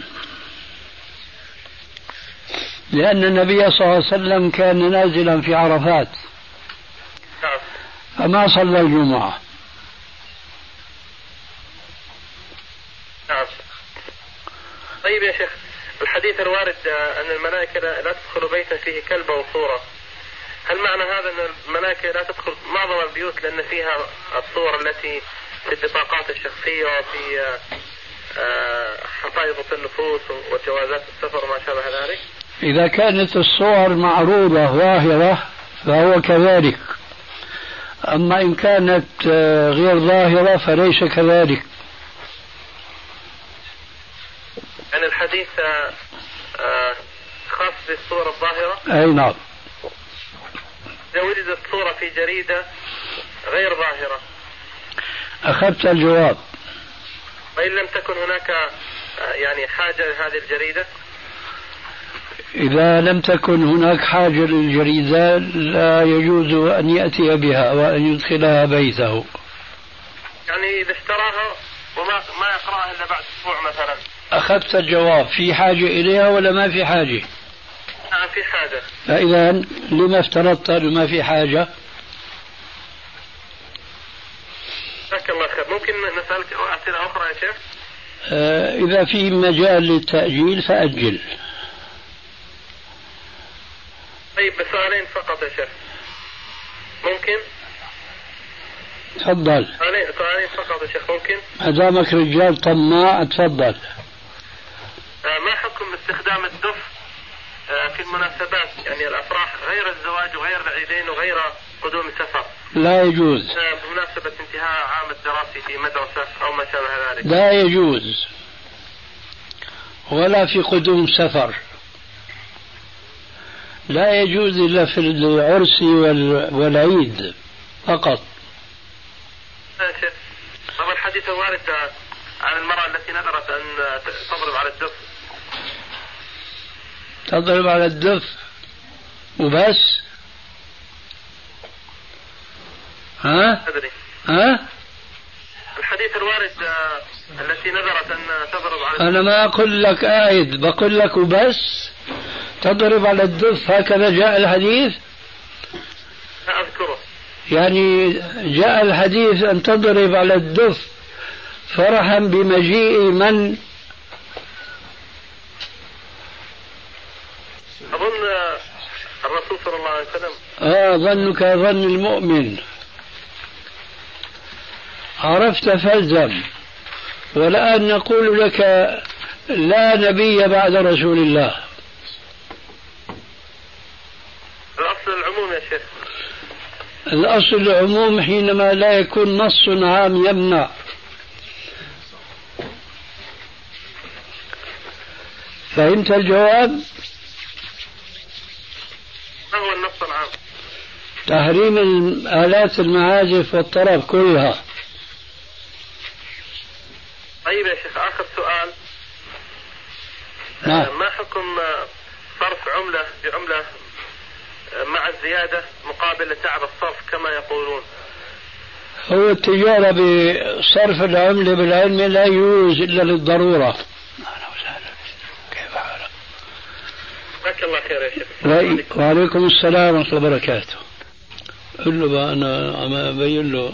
Speaker 5: لأن النبي صلى الله عليه وسلم كان نازلا في عرفات
Speaker 10: نعم
Speaker 5: فما صلى الجمعة
Speaker 10: نعم طيب يا شيخ الحديث الوارد آه، ان الملائكه لا لا تدخل بيتا فيه كلب او صوره هل معنى هذا ان الملائكه لا تدخل معظم البيوت لان فيها الصور التي في البطاقات الشخصيه وفي آه، آه، حفاظة النفوس وجوازات السفر وما شابه ذلك
Speaker 5: إذا كانت الصور معروضة ظاهرة فهو كذلك أما إن كانت آه، غير ظاهرة فليس كذلك
Speaker 10: يعني الحديث آه، آه، خاص بالصورة الظاهرة
Speaker 5: أي نعم
Speaker 10: إذا وجدت صورة في جريدة غير ظاهرة
Speaker 5: أخذت الجواب
Speaker 10: وإن لم تكن هناك آه، يعني حاجة لهذه الجريدة
Speaker 5: إذا لم تكن هناك حاجة للجريدة لا يجوز أن يأتي بها وأن يدخلها بيته
Speaker 10: يعني إذا اشتراها وما ما يقرأها إلا بعد أسبوع مثلا
Speaker 5: أخذت الجواب في حاجة إليها ولا ما في حاجة
Speaker 10: نعم في حاجة
Speaker 5: فإذا لما افترضت أنه ما في حاجة
Speaker 10: جزاك الله خير ممكن نسألك أسئلة أخرى يا شيخ
Speaker 5: آه، إذا في مجال للتأجيل فأجل
Speaker 10: طيب بسؤالين فقط يا شيخ ممكن
Speaker 5: تفضل
Speaker 10: سؤالين سؤالين فقط يا شيخ ممكن
Speaker 5: ما دامك رجال طماع تفضل
Speaker 10: آه، ما حكم استخدام الدف آه، في المناسبات يعني الافراح غير الزواج وغير العيدين وغير قدوم السفر
Speaker 5: لا يجوز
Speaker 10: آه، بمناسبة انتهاء عام الدراسي في مدرسة أو ما شابه ذلك
Speaker 5: لا يجوز ولا في قدوم سفر لا يجوز إلا في العرس وال- والعيد فقط
Speaker 10: آه، شيخ. طبعا الحديث الوارد آه، عن المرأة التي نذرت أن آه، تضرب على الدف
Speaker 5: تضرب على الدف وبس ها
Speaker 10: أدري
Speaker 5: ها
Speaker 10: الحديث الوارد آه، التي نذرت أن تضرب على الدف
Speaker 5: أنا ما أقول لك آيد بقول لك وبس تضرب على الدف هكذا جاء الحديث
Speaker 10: لا أذكره
Speaker 5: يعني جاء الحديث أن تضرب على الدف فرحا بمجيء من
Speaker 10: أظن آه، الرسول صلى الله عليه وسلم
Speaker 5: آه ظنك ظن المؤمن عرفت فالزم والآن نقول لك لا نبي بعد رسول الله الأصل العموم حينما لا يكون نص عام يمنع فهمت الجواب؟
Speaker 11: ما هو النص العام؟
Speaker 5: تحريم الم- آلات المعازف والطرب كلها
Speaker 11: طيب يا شيخ آخر سؤال
Speaker 5: نعم.
Speaker 11: آه، ما حكم آه، صرف عملة بعملة آه، مع الزيادة مقابل تعب الصرف كما يقولون
Speaker 5: هو التجارة بصرف العملة بالعلم لا يجوز إلا للضرورة
Speaker 11: جزاك الله خير يا شيخ
Speaker 5: رأي- وعليكم السلام ورحمة الله وبركاته قل له بقى أنا عم أبين له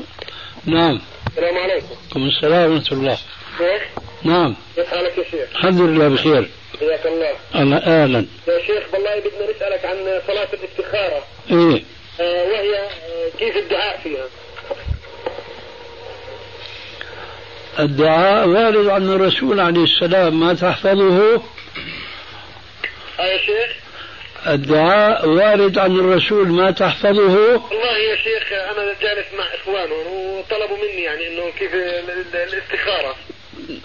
Speaker 5: نعم
Speaker 11: السلام عليكم
Speaker 5: وعليكم السلام ورحمة الله
Speaker 11: شيخ
Speaker 5: نعم
Speaker 11: كيف حالك يا شيخ؟
Speaker 5: الحمد لله بخير
Speaker 11: حياك الله
Speaker 5: أنا أهلا
Speaker 11: يا شيخ والله بدنا نسألك عن صلاة الاستخارة
Speaker 5: إيه
Speaker 11: آه، وهي آه، كيف الدعاء فيها؟
Speaker 5: الدعاء وارد عن الرسول عليه السلام ما تحفظه
Speaker 11: آه يا شيخ
Speaker 5: الدعاء وارد عن الرسول ما تحفظه
Speaker 11: والله يا شيخ انا جالس مع اخوانهم وطلبوا مني يعني انه كيف ال- ال- الاستخاره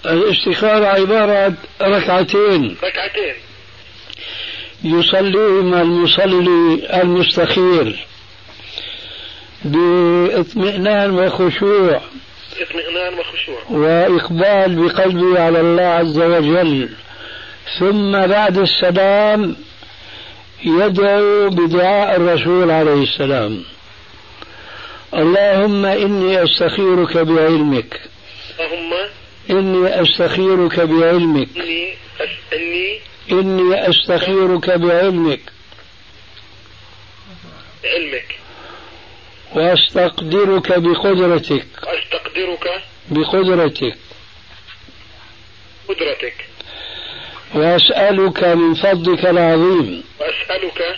Speaker 5: الاستخارة عبارة عن ركعتين
Speaker 11: ركعتين
Speaker 5: يصليهما المصلي المستخير باطمئنان وخشوع
Speaker 11: اطمئنان وخشوع
Speaker 5: وإقبال بقلبه على الله عز وجل ثم بعد السلام يدعو بدعاء الرسول عليه السلام اللهم إني أستخيرك بعلمك
Speaker 11: اللهم
Speaker 5: إني أستخيرك بعلمك
Speaker 11: اني أس- اني
Speaker 5: إني أستخيرك بعلمك
Speaker 11: علمك
Speaker 5: وأستقدرك بقدرتك
Speaker 11: استقدرك
Speaker 5: بقدرتك
Speaker 11: قدرتك
Speaker 5: وأسألك من فضلك العظيم
Speaker 11: واسالك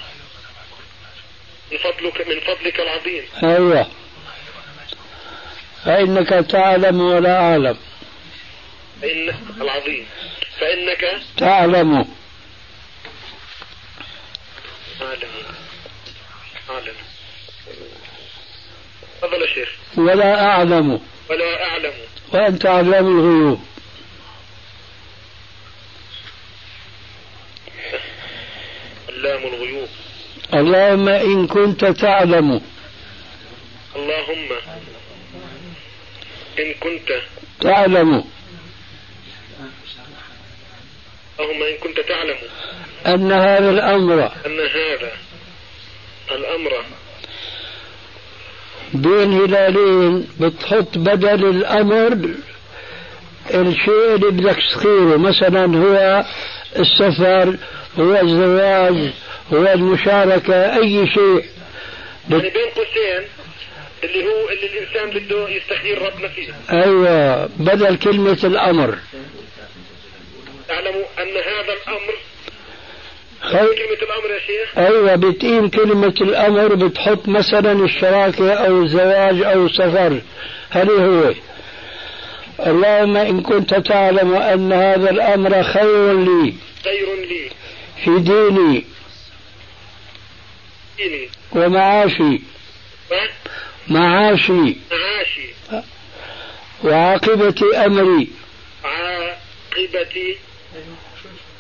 Speaker 11: من فضلك من فضلك العظيم
Speaker 5: أيوة فإنك تعلم ولا أعلم
Speaker 11: فان العظيم فانك
Speaker 5: تعلم
Speaker 11: عالم عالم تفضل يا شيخ
Speaker 5: ولا أعلم
Speaker 11: ولا اعلم
Speaker 5: وأنت علام الغيوب
Speaker 11: علام الغيوب
Speaker 5: اللهم إن كنت تعلم
Speaker 11: اللهم إن كنت
Speaker 5: تعلم
Speaker 11: اللهم إن كنت تعلم
Speaker 5: أن هذا الأمر
Speaker 11: أن هذا الأمر
Speaker 5: بين هلالين بتحط بدل الأمر الشيء اللي بدك تخيره مثلا هو السفر هو الزواج هو المشاركة أي شيء
Speaker 11: يعني
Speaker 5: بت...
Speaker 11: بين قوسين اللي هو اللي الإنسان بده يستخير ربنا فيه
Speaker 5: أيوة بدل كلمة الأمر
Speaker 11: تعلم أن هذا الأمر
Speaker 5: خي...
Speaker 11: كلمة الأمر يا شيخ
Speaker 5: ايوه بتقيم كلمة الامر بتحط مثلا الشراكة او الزواج او السفر هل هو اللهم ان كنت تعلم ان هذا الامر خير لي
Speaker 11: خير لي
Speaker 5: في ديني
Speaker 11: ديني
Speaker 5: ومعاشي معاشي
Speaker 11: ومعاشي
Speaker 5: وعاقبة امري
Speaker 11: عاقبة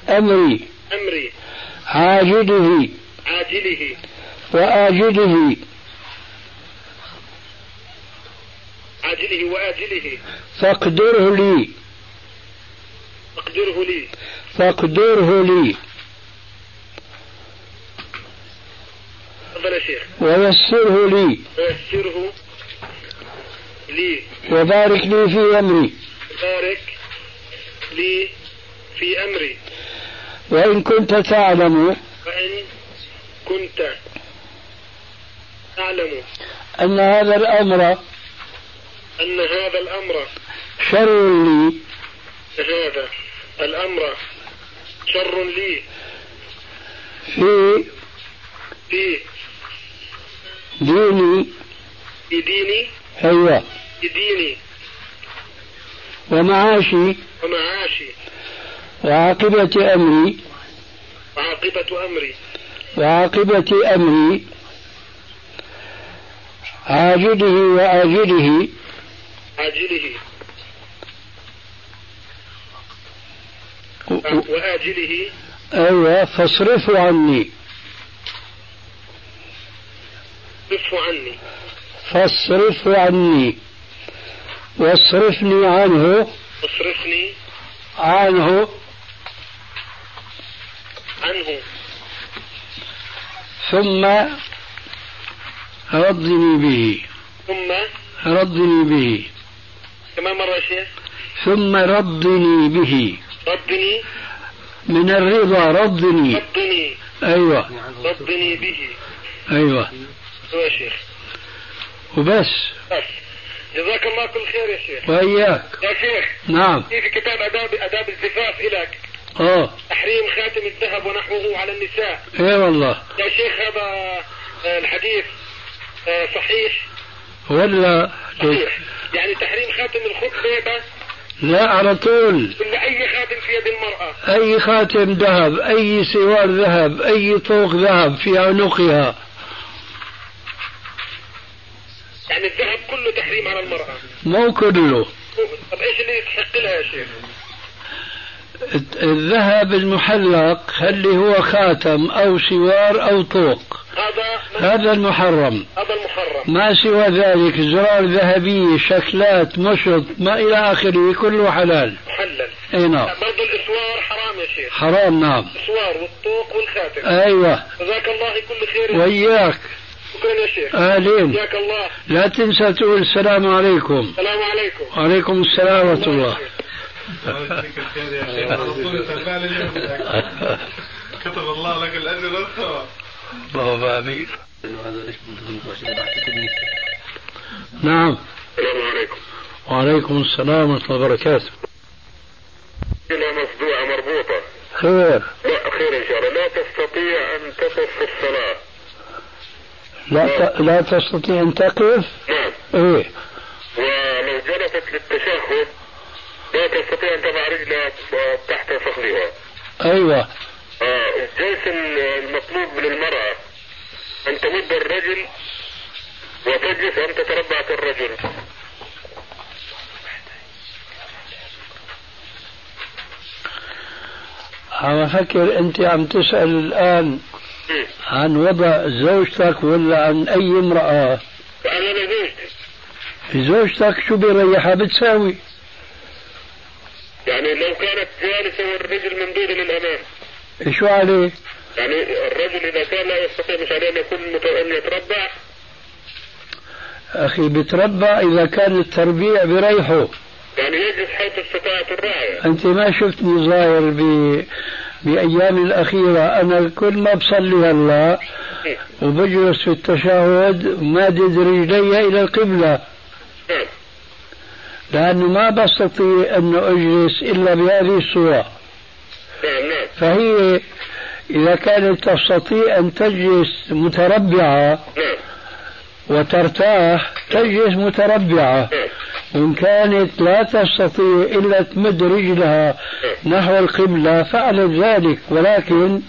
Speaker 5: امري
Speaker 11: أمري
Speaker 5: عاجله
Speaker 11: عاجله
Speaker 5: واجله
Speaker 11: عاجله وآجله
Speaker 5: فاقدره لي
Speaker 11: اقدره لي
Speaker 5: فاقدره لي
Speaker 11: تفضل يا شيخ
Speaker 5: ويسره لي
Speaker 11: ويسره لي
Speaker 5: وبارك لي في امري
Speaker 11: بارك لي في أمري
Speaker 5: وإن كنت تعلم
Speaker 11: وإن كنت أعلم
Speaker 5: أن هذا الأمر
Speaker 11: أن هذا الأمر
Speaker 5: شر لي
Speaker 11: هذا الأمر شر لي
Speaker 5: في
Speaker 11: في
Speaker 5: ديني
Speaker 11: في ديني
Speaker 5: أيوة
Speaker 11: في ديني
Speaker 5: ومعاشي
Speaker 11: ومعاشي
Speaker 5: وعاقبة أمري
Speaker 11: وعاقبة أمري
Speaker 5: وعاقبة أمري عاجله وآجله
Speaker 11: عاجله
Speaker 5: و- و-
Speaker 11: وآجله
Speaker 5: أيوة فاصرفه عني
Speaker 11: اصفوا عني
Speaker 5: فاصرفه عني واصرفني عنه
Speaker 11: اصرفني
Speaker 5: عنه
Speaker 11: عنه
Speaker 5: ثم رضني به
Speaker 11: ثم
Speaker 5: رضني به
Speaker 11: كمان مرة يا شيخ
Speaker 5: ثم رضني به
Speaker 11: ربني
Speaker 5: من الرضا رضني
Speaker 11: ربني
Speaker 5: أيوة
Speaker 11: ربني به
Speaker 5: أيوة
Speaker 11: هو يا شيخ
Speaker 5: وبس
Speaker 11: بس جزاك الله كل خير يا شيخ
Speaker 5: وإياك
Speaker 11: يا شيخ
Speaker 5: نعم
Speaker 11: في في كتاب آداب آداب الزفاف لك
Speaker 5: آه
Speaker 11: تحريم خاتم الذهب ونحوه على النساء
Speaker 5: إيه والله
Speaker 11: يا شيخ هذا آه، الحديث آه، صحيح
Speaker 5: ولا
Speaker 11: صحيح يعني تحريم خاتم الخطبة
Speaker 5: لا على طول
Speaker 11: ولا أي خاتم في يد المرأة
Speaker 5: أي خاتم ذهب أي سوار ذهب أي طوق ذهب في عنقها
Speaker 11: يعني الذهب كله تحريم على المرأة
Speaker 5: مو كله
Speaker 11: طب ايش اللي يستحق لها يا شيخ؟
Speaker 5: الذهب المحلق خلي هو خاتم أو سوار أو طوق
Speaker 11: هذا
Speaker 5: هذا المحرم
Speaker 11: هذا المحرم
Speaker 5: ما سوى ذلك زرار ذهبية شكلات مشط ما إلى آخره كله حلال
Speaker 11: محلل
Speaker 5: أي نعم
Speaker 11: برضه الاسوار حرام يا شيخ
Speaker 5: حرام نعم
Speaker 11: الاسوار والطوق والخاتم
Speaker 5: أيوة
Speaker 11: جزاك الله كل خير
Speaker 5: وإياك
Speaker 11: شكرا يا شيخ
Speaker 5: أهلين
Speaker 11: جزاك الله
Speaker 5: لا تنسى تقول السلام عليكم
Speaker 11: السلام عليكم
Speaker 5: وعليكم السلام ورحمة الله
Speaker 8: الله يجزيك الخير يا شيخ على طول سمع لي جنبك. كتب الله لك الاجر والثواب
Speaker 5: الله آمين نعم
Speaker 11: السلام عليكم
Speaker 5: وعليكم السلام ورحمة الله وبركاته
Speaker 11: هنا مصدوعة مربوطة
Speaker 5: خير
Speaker 11: لا خير ان شاء الله لا تستطيع ان تقف في الصلاة
Speaker 5: لا ت... لا تستطيع أن تقف
Speaker 11: نعم
Speaker 5: إيه
Speaker 11: ولو جلست للتشهد لا تستطيع ان تضع رجلك تحت فخذها
Speaker 5: أيوة
Speaker 11: آه، الجنس المطلوب من المرأة أن تمد الرجل وتجلس أن تتربع كالرجل
Speaker 5: عم أفكر أنت عم تسأل الآن
Speaker 11: مم.
Speaker 5: عن وضع زوجتك ولا عن أي امرأة
Speaker 11: فأنا لزوجتي
Speaker 5: زوجتك شو بيريحها بتساوي
Speaker 11: يعني لو كانت جالسة والرجل ممدودة للأمام
Speaker 5: شو عليه
Speaker 11: يعني الرجل إذا كان لا يستطيع مش عليه أن يكون مت- أن يتربع
Speaker 5: أخي بتربى إذا كان التربيع بريحه
Speaker 11: يعني يجلس حيث استطاعت الراعية
Speaker 5: أنت ما شفتني ظاهر ب... بأيامي الأخيرة أنا كل ما بصلي هلا
Speaker 11: مم.
Speaker 5: وبجلس في التشهد مادد رجلي إلى القبلة
Speaker 11: نعم
Speaker 5: لأنه ما بستطيع أن أجلس إلا بهذه الصورة
Speaker 11: نعم نعم
Speaker 5: فهي إذا كانت تستطيع أن تجلس متربعة
Speaker 11: نعم
Speaker 5: وترتاح تجلس متربعة
Speaker 11: نعم
Speaker 5: إن كانت لا تستطيع إلا تمد رجلها نحو القبلة فعلت ذلك ولكن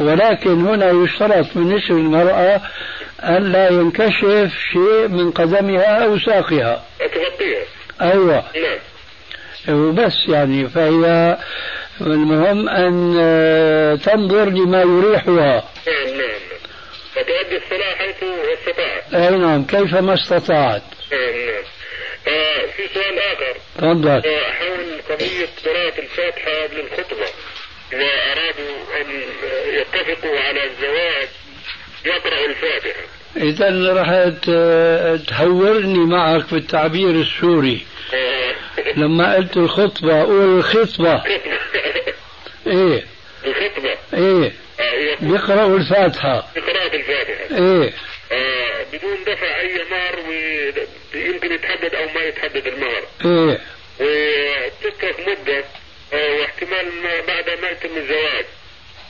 Speaker 5: ولكن هنا يشترط بالنسبة للمرأة أن لا ينكشف شيء من قدمها أو ساقها
Speaker 11: تغطيها
Speaker 5: أيوة
Speaker 11: نعم
Speaker 5: وبس يعني فهي المهم أن آه، تنظر لما يريحها
Speaker 11: نعم نعم نعم. وتؤدي الصلاة حيث استطاعت
Speaker 5: أي نعم كيفما استطاعت
Speaker 11: نعم نعم آه، في سؤال آخر آه،
Speaker 5: تفضل
Speaker 11: حول قضية قراءة الفاتحة قبل الخطبة وأرادوا أن يتفقوا على الزواج يقرأ الفاتحة
Speaker 5: إذا راح ت- تهورني معك في التعبير السوري
Speaker 11: آه.
Speaker 5: لما قلت الخطبة قول الخطبة إيه
Speaker 11: الخطبة
Speaker 5: إيه
Speaker 11: آه، يقول
Speaker 5: بيقرأوا الفاتحة
Speaker 11: بقراءة الفاتحة
Speaker 5: إيه
Speaker 11: آه، بدون دفع أي مهر ويمكن يتحدد أو ما يتحدد المهر
Speaker 5: إيه
Speaker 11: وتترك مدة آه، واحتمال ما بعد ما يتم الزواج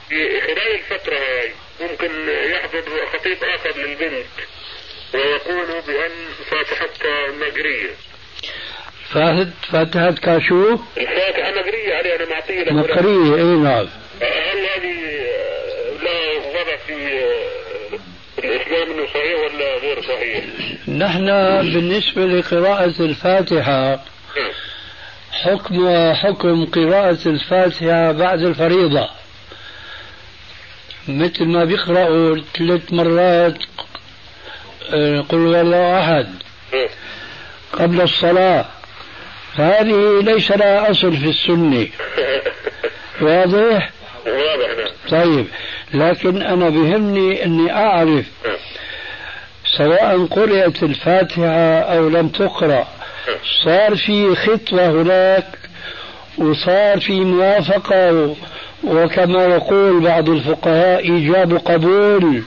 Speaker 11: في خلال الفترة هاي ممكن يحضر خطيب آخر للبنت ويقول بأن فاتحتها مجرية
Speaker 5: فاتت فتحت كاشو
Speaker 11: الفاتحة مجرية عليها أنا معطية لك
Speaker 5: مقرية إيه نعم
Speaker 11: هل هذه آه، لا وضع في آه،
Speaker 2: الإسلام أنه صحيح ولا غير صحيح؟
Speaker 5: نحن بالنسبة لقراءة الفاتحة حكم حكم قراءة الفاتحة بعد الفريضة مثل ما بيقرأوا ثلاث مرات آه، قل هو الله أحد قبل الصلاة فهذه ليس لها أصل في السنة واضح؟
Speaker 2: واضح نعم
Speaker 5: طيب لكن أنا بهمني أني أعرف سواء قرأت الفاتحة أو لم تقرأ صار في خطوة هناك وصار في موافقة و- وكما يقول بعض الفقهاء إيجاب قبول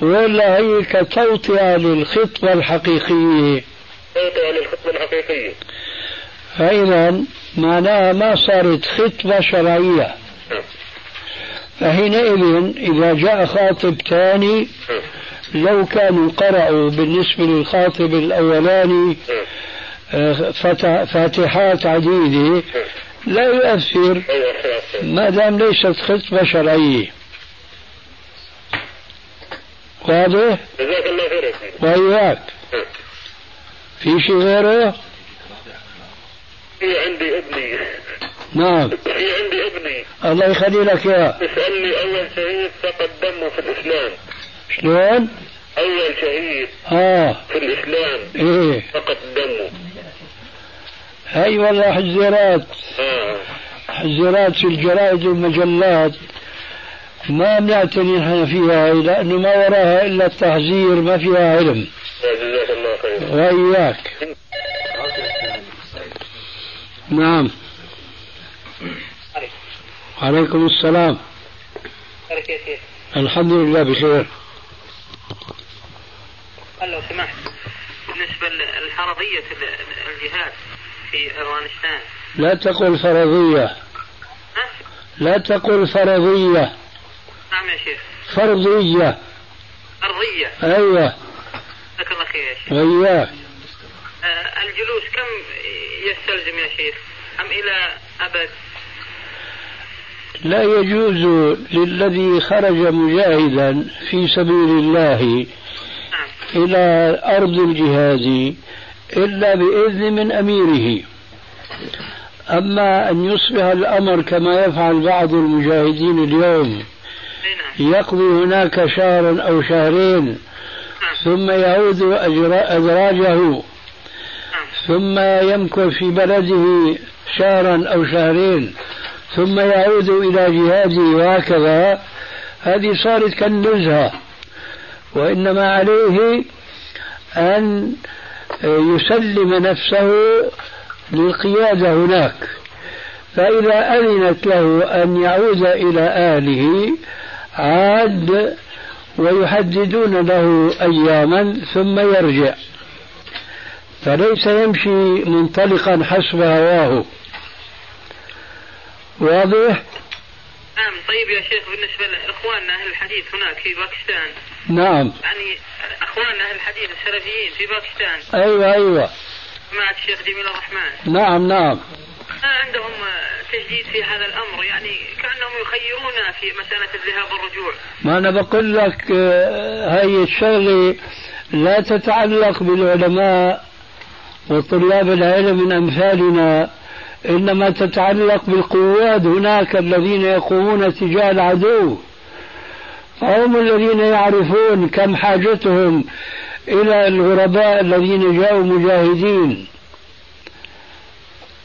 Speaker 5: ولا هي كتوطئة للخطوة الحقيقية
Speaker 2: قلت عن الخطبة الحقيقية
Speaker 5: فإذا معناها ما صارت خطبة شرعية فحينئذ إذا جاء خاطب ثاني لو كانوا قرأوا بالنسبة للخاطب الأولاني آه، فت- فاتحات عديدة لا يؤثر
Speaker 2: أيوة خلاص
Speaker 5: ما دام ليست خطبة شرعية واضح؟
Speaker 2: جزاك الله خير يا سيدي
Speaker 5: وإياك في شيء غيره؟
Speaker 2: في عندي ابني
Speaker 5: نعم
Speaker 2: في عندي ابني
Speaker 5: الله يخلي لك إياه
Speaker 2: اسألني أول شهيد سقط دمه في الإسلام
Speaker 5: شلون؟
Speaker 2: أول شهيد
Speaker 5: آه
Speaker 2: في الإسلام
Speaker 5: إيه
Speaker 2: سقط دمه
Speaker 5: هاي والله حجرات
Speaker 2: آه
Speaker 5: حجرات في الجرائد والمجلات ما بنعتني نحن فيها هي لأنه ما وراها إلا التحذير ما فيها علم
Speaker 2: جزاك الله خير
Speaker 5: وإياك نعم عليكم السلام الحمد لله بخير
Speaker 1: لو سمحت بالنسبة للحرضية ال- الجهاد في أفغانستان
Speaker 5: لا تقل فرضية
Speaker 1: ها؟
Speaker 5: لا تقل فرضية
Speaker 1: نعم يا شيخ
Speaker 5: فرضية
Speaker 1: أرضية
Speaker 5: أيوة
Speaker 1: جزاك الله خير يا شيخ
Speaker 5: وإياك
Speaker 1: آه، الجلوس كم يستلزم يا شيخ أم إلى أبد
Speaker 5: لا يجوز للذي خرج مجاهدا في سبيل الله
Speaker 1: نعم
Speaker 5: إلى أرض الجهاد إلا بإذن من أميره أما أن يصبح الأمر كما يفعل بعض المجاهدين اليوم
Speaker 1: أي نعم
Speaker 5: يقضي هناك شهرا أو شهرين
Speaker 1: نعم
Speaker 5: ثم يعود أجرا- أدراجه
Speaker 1: نعم
Speaker 5: ثم يمكث في بلده شهرا أو شهرين ثم يعود إلى جهاده وهكذا هذه صارت كالنزهة وإنما عليه أن يسلم نفسه للقيادة هناك فإذا أذنت له أن يعود إلى أهله عاد ويحددون له أياما ثم يرجع فليس يمشي منطلقا حسب هواه واضح؟
Speaker 1: نعم طيب يا شيخ بالنسبة لإخواننا أهل الحديث هناك في باكستان
Speaker 5: نعم
Speaker 1: يعني أخواننا أهل الحديث السلفيين في باكستان
Speaker 5: ايوه ايوه
Speaker 1: مع الشيخ جميل الرحمن
Speaker 5: نعم نعم
Speaker 1: ما عندهم آه، تجديد في هذا الأمر يعني كأنهم يخيرونا في مسألة الذهاب والرجوع
Speaker 5: ما انا بقول لك آه، هاي الشغله لا تتعلق بالعلماء وطلاب العلم من امثالنا انما تتعلق بالقواد هناك الذين يقومون تجاه العدو فهم الذين يعرفون كم حاجتهم الى الغرباء الذين جاءوا مجاهدين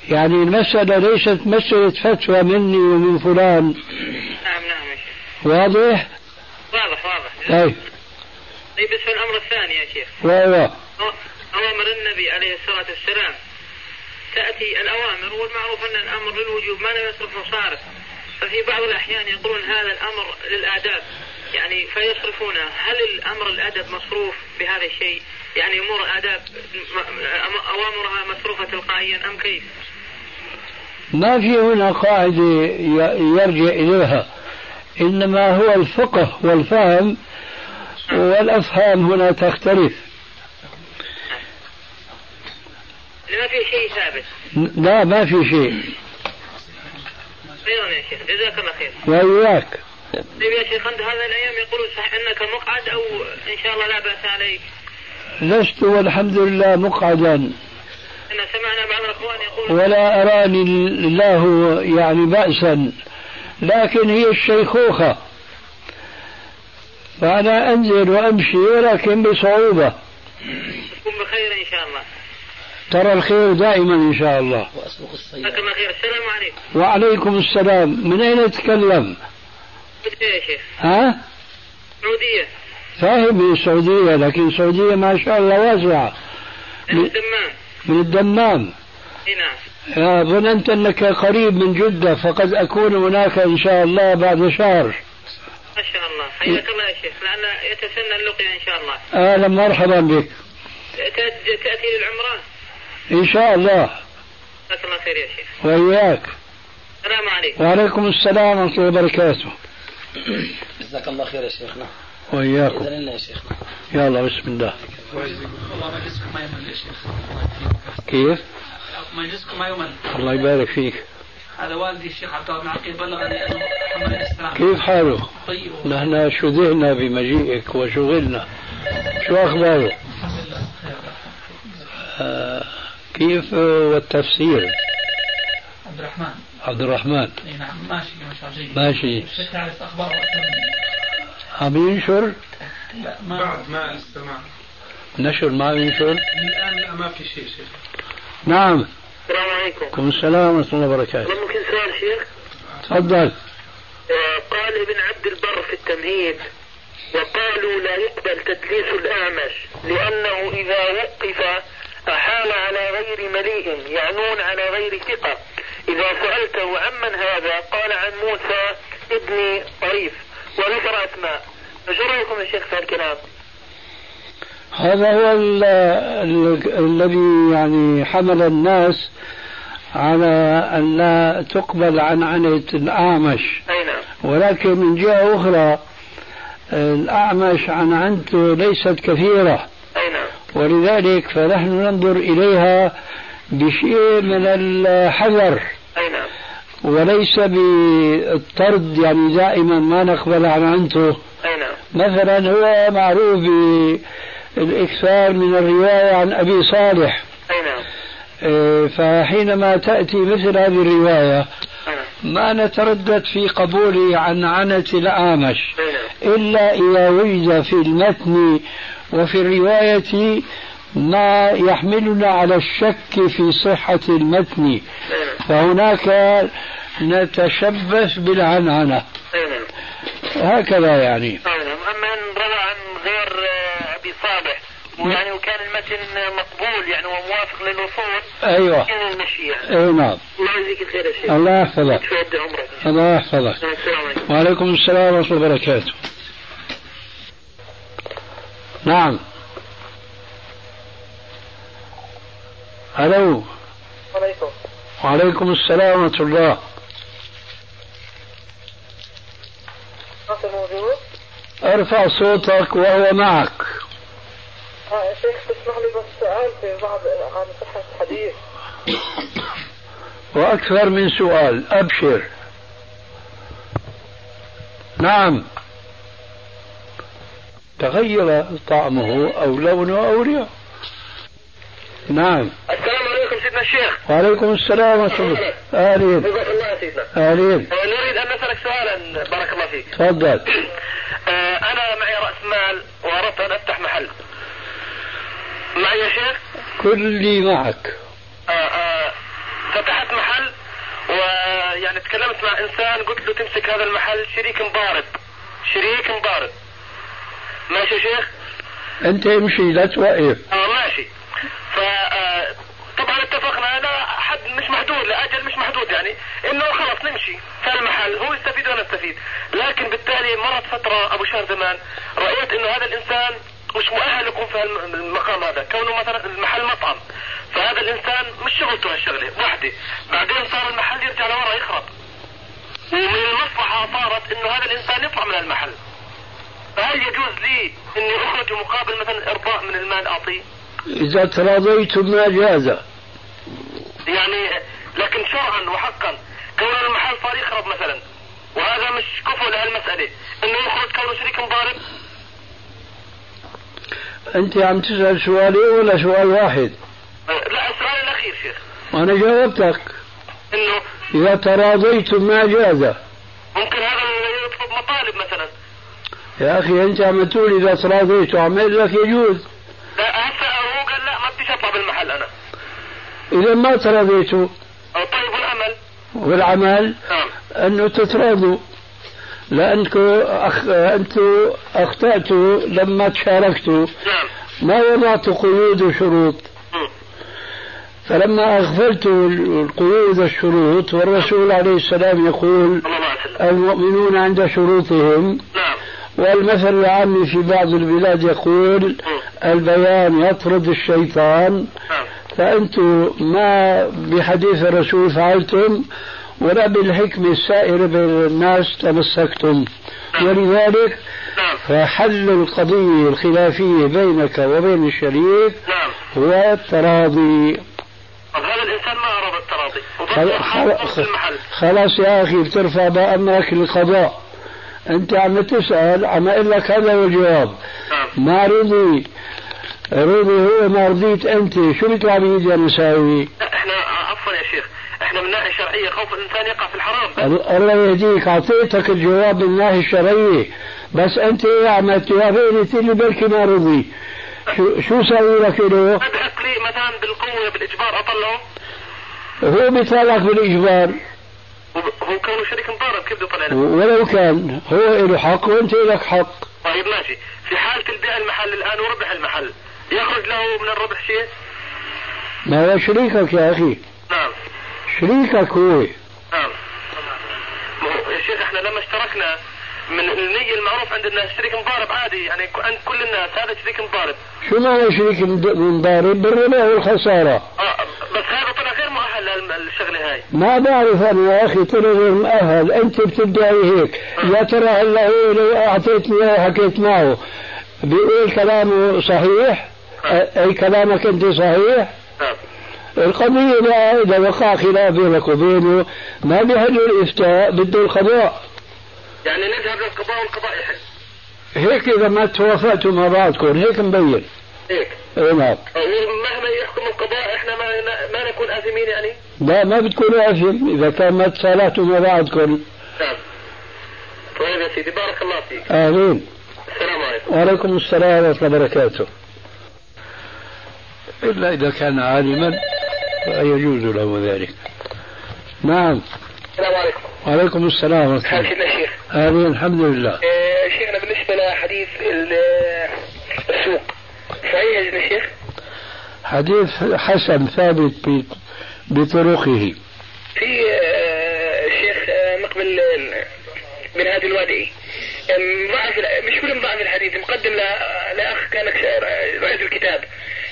Speaker 5: يعني المساله ليست مساله فتوى مني ومن فلان
Speaker 1: نعم نعم يا شيخ
Speaker 5: واضح؟
Speaker 1: واضح واضح
Speaker 5: طيب
Speaker 1: طيب بالنسبة للأمر الثاني يا شيخ
Speaker 5: واضح
Speaker 1: أو- أوامر النبي عليه الصلاة والسلام تأتي الأوامر والمعروف أن الأمر للوجوب ما لم يصرفه صارف ففي بعض الأحيان يقولون هذا الأمر للآداب يعني فيصرفونه هل الأمر الأدب مصروف بهذا الشيء يعني أمور الآداب م- م- أوامرها مصروفة تلقائيا أم كيف
Speaker 5: ما في هنا قاعدة ي- يرجع إليها إنما هو الفقه والفهم والأفهام هنا تختلف
Speaker 1: لما في شيء ثابت
Speaker 5: ن- لا ما في شيء
Speaker 1: أيضا يا شيخ جزاك الله خير
Speaker 5: وإياك
Speaker 11: طيب يا شيخ انت هذا الايام يقولون صح انك مقعد او ان شاء الله لا باس عليك
Speaker 5: لست والحمد لله مقعدا
Speaker 11: احنا سمعنا بعض الاخوان يقول
Speaker 5: ولا أراني الله يعني بأسا لكن هي الشيخوخة فأنا أنزل وأمشي ولكن بصعوبة
Speaker 11: تكون بخير ان شاء الله
Speaker 5: ترى الخير دائما إن شاء الله
Speaker 7: واسبق
Speaker 11: جزاك
Speaker 7: السيارة
Speaker 11: الله خير السلام عليكم
Speaker 5: وعليكم السلام من أين تتكلم
Speaker 11: بدري يا شيخ
Speaker 5: ها
Speaker 11: سعوديه
Speaker 5: فاهم السعودية لكن السعودية ما شاء الله واسعة م-
Speaker 11: الدمام
Speaker 5: من الدمام
Speaker 11: اي نعم
Speaker 5: آه، ظننت أنك قريب من جدة فقد أكون هناك إن شاء الله بعد شهر
Speaker 11: ما شاء الله حياك الله يا شيخ لان يتسنى اللقيا ان شاء الله
Speaker 5: أهلا مرحبا بك
Speaker 11: تأت- تاتي للعمره
Speaker 5: إن شاء الله
Speaker 11: جزاك الله خير يا شيخ
Speaker 5: وإياك
Speaker 11: السلام عليكم
Speaker 5: وعليكم السلام ورحمة الله وبركاته
Speaker 7: جزاك الله خير يا شيخنا
Speaker 5: وإياكم
Speaker 7: إذن لنا يا شيخنا
Speaker 5: يلا بسم الله كيف؟
Speaker 1: ما يجلسكم ما يمل
Speaker 5: الله يبارك فيك
Speaker 1: هذا والدي الشيخ عبد الله بن عقيل بلغني انه محمد عليه السلام
Speaker 5: كيف حاله؟
Speaker 1: طيب الحمد
Speaker 5: نحن شذهنا بمجيئك وشغلنا شو أخباره؟
Speaker 1: لله
Speaker 5: آه كيف آه، والتفسير؟
Speaker 1: عبد الرحمن
Speaker 5: عبد الرحمن
Speaker 1: اي نعم ماشي ما شاء الله جيد
Speaker 5: ماشي
Speaker 1: الشيخ تعرف اخباره أكثر مني.
Speaker 5: عم ينشر؟
Speaker 1: لا ما
Speaker 8: بعد ما استمع
Speaker 5: نشر ما عم ينشر؟
Speaker 8: الان لا ما في شيء شيخ
Speaker 5: نعم
Speaker 10: السلام عليكم
Speaker 5: عليكم السلام ورحمة الله وبركاته
Speaker 10: ممكن سؤال شيخ
Speaker 5: تفضل
Speaker 10: آه، قال ابن عبد البر في التمهيد وقالوا لا يقبل تدليس الأعمش لأنه إذا وقف أحال على غير مليء يعنون على غير ثقة إذا سألته عمن هذا قال عن موسى ابن طريف وذكر أسماء فشو رأيكم يا شيخ في هالكلام؟
Speaker 5: هذا هو ال- ال- الذي يعني حمل الناس على أن لا تقبل عن عنة الأعمش
Speaker 10: أي نعم
Speaker 5: ولكن من جهة أخرى الأعمش عن عنته ليست كثيرة
Speaker 10: أي نعم
Speaker 5: ولذلك فنحن ننظر إليها بشيء من الحذر
Speaker 10: أي نعم
Speaker 5: وليس بالطرد يعني دائما ما نقبل عن عنته
Speaker 10: أي نعم
Speaker 5: مثلا هو معروف بالإكثار من الرواية عن أبي صالح
Speaker 10: أي نعم
Speaker 5: إيه، فحينما تأتي مثل هذه الرواية
Speaker 10: أي نعم
Speaker 5: ما نتردد في قبوله عن عنة الأعمش
Speaker 10: أي نعم
Speaker 5: إلا إذا وجد في المتن وفي الرواية ما يحملنا على الشك في صحة المتن
Speaker 10: أي نعم
Speaker 5: فهناك نتشبث بالعنعنة
Speaker 10: أي نعم
Speaker 5: هكذا يعني
Speaker 10: أي نعم أما أن روى عن غير آه، أبي صالح ويعني وكان المتن آه، مقبول يعني وموافق للوصول
Speaker 5: أيوة
Speaker 10: كان المشي يعني
Speaker 5: أي نعم
Speaker 10: الله يجزيك الخير يا شيخ
Speaker 5: الله يحفظك
Speaker 10: تفضل عمرك
Speaker 5: الله يحفظك
Speaker 10: السلام عليكم
Speaker 5: وعليكم السلام ورحمة الله وبركاته نعم ألو
Speaker 10: عليكم
Speaker 5: وعليكم السلام ورحمة الله
Speaker 10: حاصل موجود؟
Speaker 5: ارفع صوتك وهو معك
Speaker 10: اه يا شيخ تسمح لي بس سؤال في بعض عن صحة الحديث
Speaker 5: وأكثر من سؤال أبشر نعم تغير طعمه أو لونه أو ريحه نعم
Speaker 10: السلام عليكم سيدنا الشيخ
Speaker 5: وعليكم السلام ورحمة الله أهلين
Speaker 10: جزاك الله يا سيدنا
Speaker 5: أهلين
Speaker 10: آه، نريد أن نسألك سؤالا بارك الله فيك
Speaker 5: تفضل
Speaker 10: آه، أنا معي رأس مال وأردت أن أفتح محل معي يا شيخ؟
Speaker 5: كلي معك
Speaker 10: آه، آه، فتحت محل ويعني تكلمت مع انسان قلت له تمسك هذا المحل شريك مضارب شريك مضارب ماشي يا شيخ؟
Speaker 5: أنت امشي لا توقف
Speaker 10: اه ماشي ف آه، طبعا اتفقنا لا حد مش محدود لا اجل مش محدود يعني انه خلاص نمشي في المحل هو يستفيد وانا استفيد لكن بالتالي مرت فتره ابو شهر زمان رايت انه هذا الانسان مش مؤهل يكون في هالم- المقام هذا كونه مثلا المحل مطعم فهذا الانسان مش شغلته هالشغله وحده بعدين صار المحل يرجع لورا يخرب ومن المصلحه صارت انه هذا الانسان يطلع من المحل فهل يجوز لي اني اخرج مقابل مثلا ارضاء من المال اعطيه؟
Speaker 5: إذا تراضيتم ما جاز
Speaker 10: يعني لكن شرعا وحقا كون المحل صار يخرب مثلا وهذا
Speaker 11: هذا مش كفو لهالمسألة انه يخرج كونه شريك مضارب
Speaker 5: انت عم تسال سؤالي ولا سؤال واحد؟
Speaker 11: لا السؤال الاخير شيخ
Speaker 5: انا جاوبتك
Speaker 11: انه
Speaker 5: اذا تراضيتم ما جاز
Speaker 11: ممكن هذا يطلب مطالب مثلا
Speaker 5: يا اخي انت عم تقول اذا تراضيتوا عم اقول لك يجوز
Speaker 11: لا هسه هو قال لا ما بديش اطلع بالمحل انا
Speaker 5: اذا ما تراضيتوا
Speaker 11: أو طيب الامل
Speaker 5: والعمل
Speaker 11: نعم
Speaker 5: انه تتراضوا لانكم أخ... انتم اخطاتوا لما تشاركتوا
Speaker 11: نعم
Speaker 5: ما وضعتوا قيود وشروط فلما اغفلت القيود والشروط والرسول عليه السلام يقول المؤمنون عند شروطهم
Speaker 11: نعم،
Speaker 5: والمثل العام في بعض البلاد يقول البيان يطرد الشيطان
Speaker 11: نعم،
Speaker 5: فأنتم ما بحديث الرسول فعلتم ولا بالحكمة السائرة بين الناس تمسكتم ولذلك
Speaker 11: نعم،
Speaker 5: فحل القضية الخلافية بينك وبين الشريك هو التراضي
Speaker 11: نعم. طب هذا الانسان ما اراد التراضي
Speaker 5: خل- خل-
Speaker 11: وضل في المحل
Speaker 5: خلاص يا أخي بترفع بقى أمرك للقضاء أنت عم تسأل عم أقول لك هذا هو الجواب
Speaker 11: نعم.
Speaker 5: ما رضي رضي هو ما رضيت أنت شو بيطلع بإيدي أنا أساوي؟
Speaker 11: لا، احنا عفوا يا شيخ احنا من ناحيه شرعيه خوف الانسان يقع في الحرام
Speaker 5: ال- الله يهديك أعطيتك الجواب من الناحية الشرعية بس أنت عم توافقني تقول لي بركي ما رضي شو شو سوي لك له؟
Speaker 11: بدعك لي مثلا بالقوه بالاجبار اطلعه
Speaker 5: هو بيطلع لك بالإجبار
Speaker 11: وب- هو كونه شريك مضارب كيف بده يطلع لك؟
Speaker 5: ولو كان هو له حق وأنت لك حق
Speaker 11: طيب ماشي في حاله البيع المحل الان وربح المحل يخرج له من الربح شيء؟
Speaker 5: ما هو شريكك يا أخي
Speaker 11: نعم
Speaker 5: شريكك هو
Speaker 11: نعم ما هو يا شيخ احنا لما اشتركنا من النية المعروف عند الناس شريك مضارب عادي يعني ك- عند كل الناس هذا شريك مضارب
Speaker 5: شو معنى شريك مد- مضارب بالربح والخسارة
Speaker 11: اه بس هذا طلع غير مؤهل للشغلة هاي
Speaker 5: ما بعرف انا يا اخي طلع غير مؤهل انت بتدعي هيك يا ترى هلا هو لو اعطيتني اياه وحكيت معه بيقول كلامه صحيح أ- اي كلامك انت صحيح
Speaker 11: نعم.
Speaker 5: القضية لا إذا وقع خلاف بينك وبينه ما بيحل الإفتاء بده القضاء
Speaker 11: يعني نذهب للقضاء والقضاء يحل
Speaker 5: هيك إذا ما توافقتوا مع بعضكم هيك مبين
Speaker 11: هيك
Speaker 5: إيه نعم
Speaker 11: ومهما يحكم القضاء احنا ما ما نكون آثمين يعني
Speaker 5: لا ما بتكونوا أثم إذا كان ما تصالحتوا مع بعضكم
Speaker 11: نعم طيب يا سيدي بارك الله فيك
Speaker 5: آمين
Speaker 11: السلام عليكم
Speaker 5: وعليكم السلام ورحمة الله وبركاته إلا إذا كان عالما فيجوز له ذلك نعم
Speaker 11: السلام عليكم
Speaker 5: وعليكم السلام ورحمة
Speaker 11: حياك
Speaker 5: الله
Speaker 11: الله شيخ
Speaker 5: آمين الحمد لله
Speaker 11: آه، شيخنا بالنسبة لحديث ال- آه، السوق صحيح يا شيخ
Speaker 5: حديث حسن ثابت ب- بطرقه
Speaker 11: في آه، شيخ آه، مقبل آه، من هذا الوادئي آم، ضعف ال- مش كل ضعف الحديث مقدم ل- لاخ كان شاعر، آه، رئيس الكتاب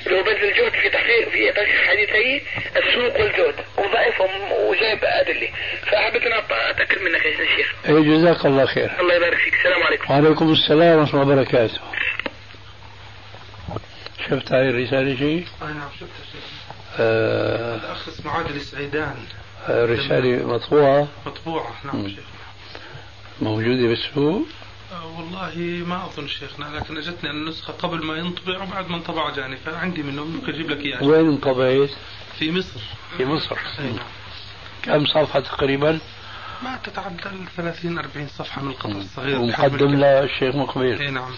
Speaker 11: اللي هو بذل جهد في تحقيق في تحقيق حديثي السوق والجهد وضعفهم وجايب ادله فحبيت انا أط- اتاكد منك يا شيخ
Speaker 5: إيه جزاك الله خير
Speaker 11: الله يبارك فيك السلام عليكم
Speaker 5: وعليكم السلام ورحمة الله وبركاته شفت هاي الرسالة شيء؟
Speaker 8: انا شفت الشيخ
Speaker 5: آه
Speaker 8: الاخ اسمه عادل السعيدان
Speaker 5: رسالة مطبوعة
Speaker 8: مطبوعه نعم
Speaker 5: مم.
Speaker 8: شيخ
Speaker 5: موجودة بالسوق
Speaker 8: آه، والله ما اظن شيخنا لكن اجتني النسخه قبل ما ينطبع وبعد ما انطبع جاني فعندي منه ممكن اجيب لك اياه
Speaker 5: وين انطبعت؟
Speaker 8: في مصر
Speaker 5: في مصر
Speaker 8: أي نعم.
Speaker 5: كم صفحة تقريبا؟
Speaker 8: ما تتعدى ال 30 40 صفحه من القطع الصغير
Speaker 5: ومقدم لها الشيخ مقبل
Speaker 8: اي نعم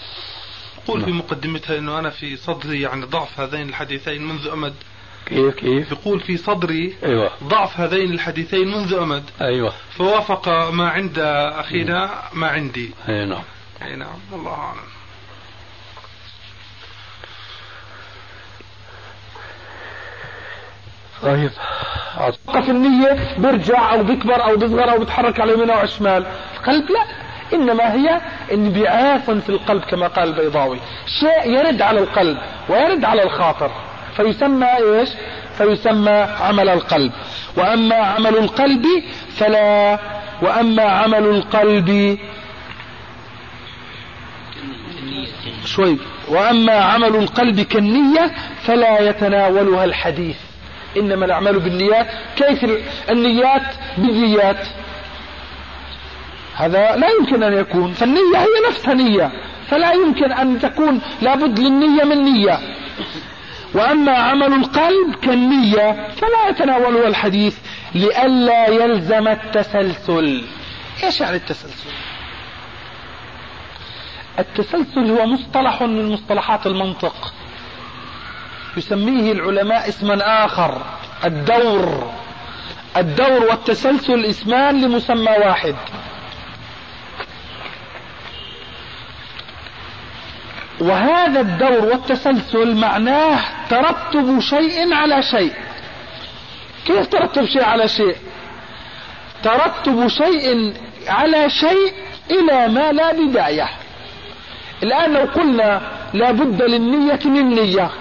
Speaker 8: يقول في مقدمتها انه انا في صدري يعني ضعف هذين الحديثين منذ امد
Speaker 5: كيف كيف؟
Speaker 8: يقول في صدري
Speaker 5: ايوه
Speaker 8: ضعف هذين الحديثين منذ امد
Speaker 5: ايوه
Speaker 8: فوافق ما عند اخينا ما عندي
Speaker 5: اي نعم
Speaker 8: اي نعم والله اعلم
Speaker 5: طيب
Speaker 12: في النية بيرجع أو بيكبر أو بيصغر أو بيتحرك على اليمين أو على الشمال القلب لا إنما هي انبعاث في القلب كما قال البيضاوي شيء يرد على القلب ويرد على الخاطر فيسمى إيش فيسمى عمل القلب وأما عمل القلب فلا وأما عمل القلب شوي وأما عمل القلب كالنية فلا يتناولها الحديث إنما الأعمال بالنيات كيف ال- النيات بالنيات
Speaker 5: هذا لا يمكن أن يكون فالنية هي نفسها نية فلا يمكن أن تكون لابد للنية من نية وأما عمل القلب كالنية فلا يتناوله الحديث لئلا يلزم التسلسل إيش يعني التسلسل التسلسل هو مصطلح من مصطلحات المنطق يسميه العلماء اسما آخر الدور الدور والتسلسل اسمان لمسمى واحد وهذا الدور والتسلسل معناه ترتب شيء على شيء كيف ترتب شيء على شيء ترتب شيء على شيء إلى ما لا بداية الآن لو قلنا لا بد للنية من نية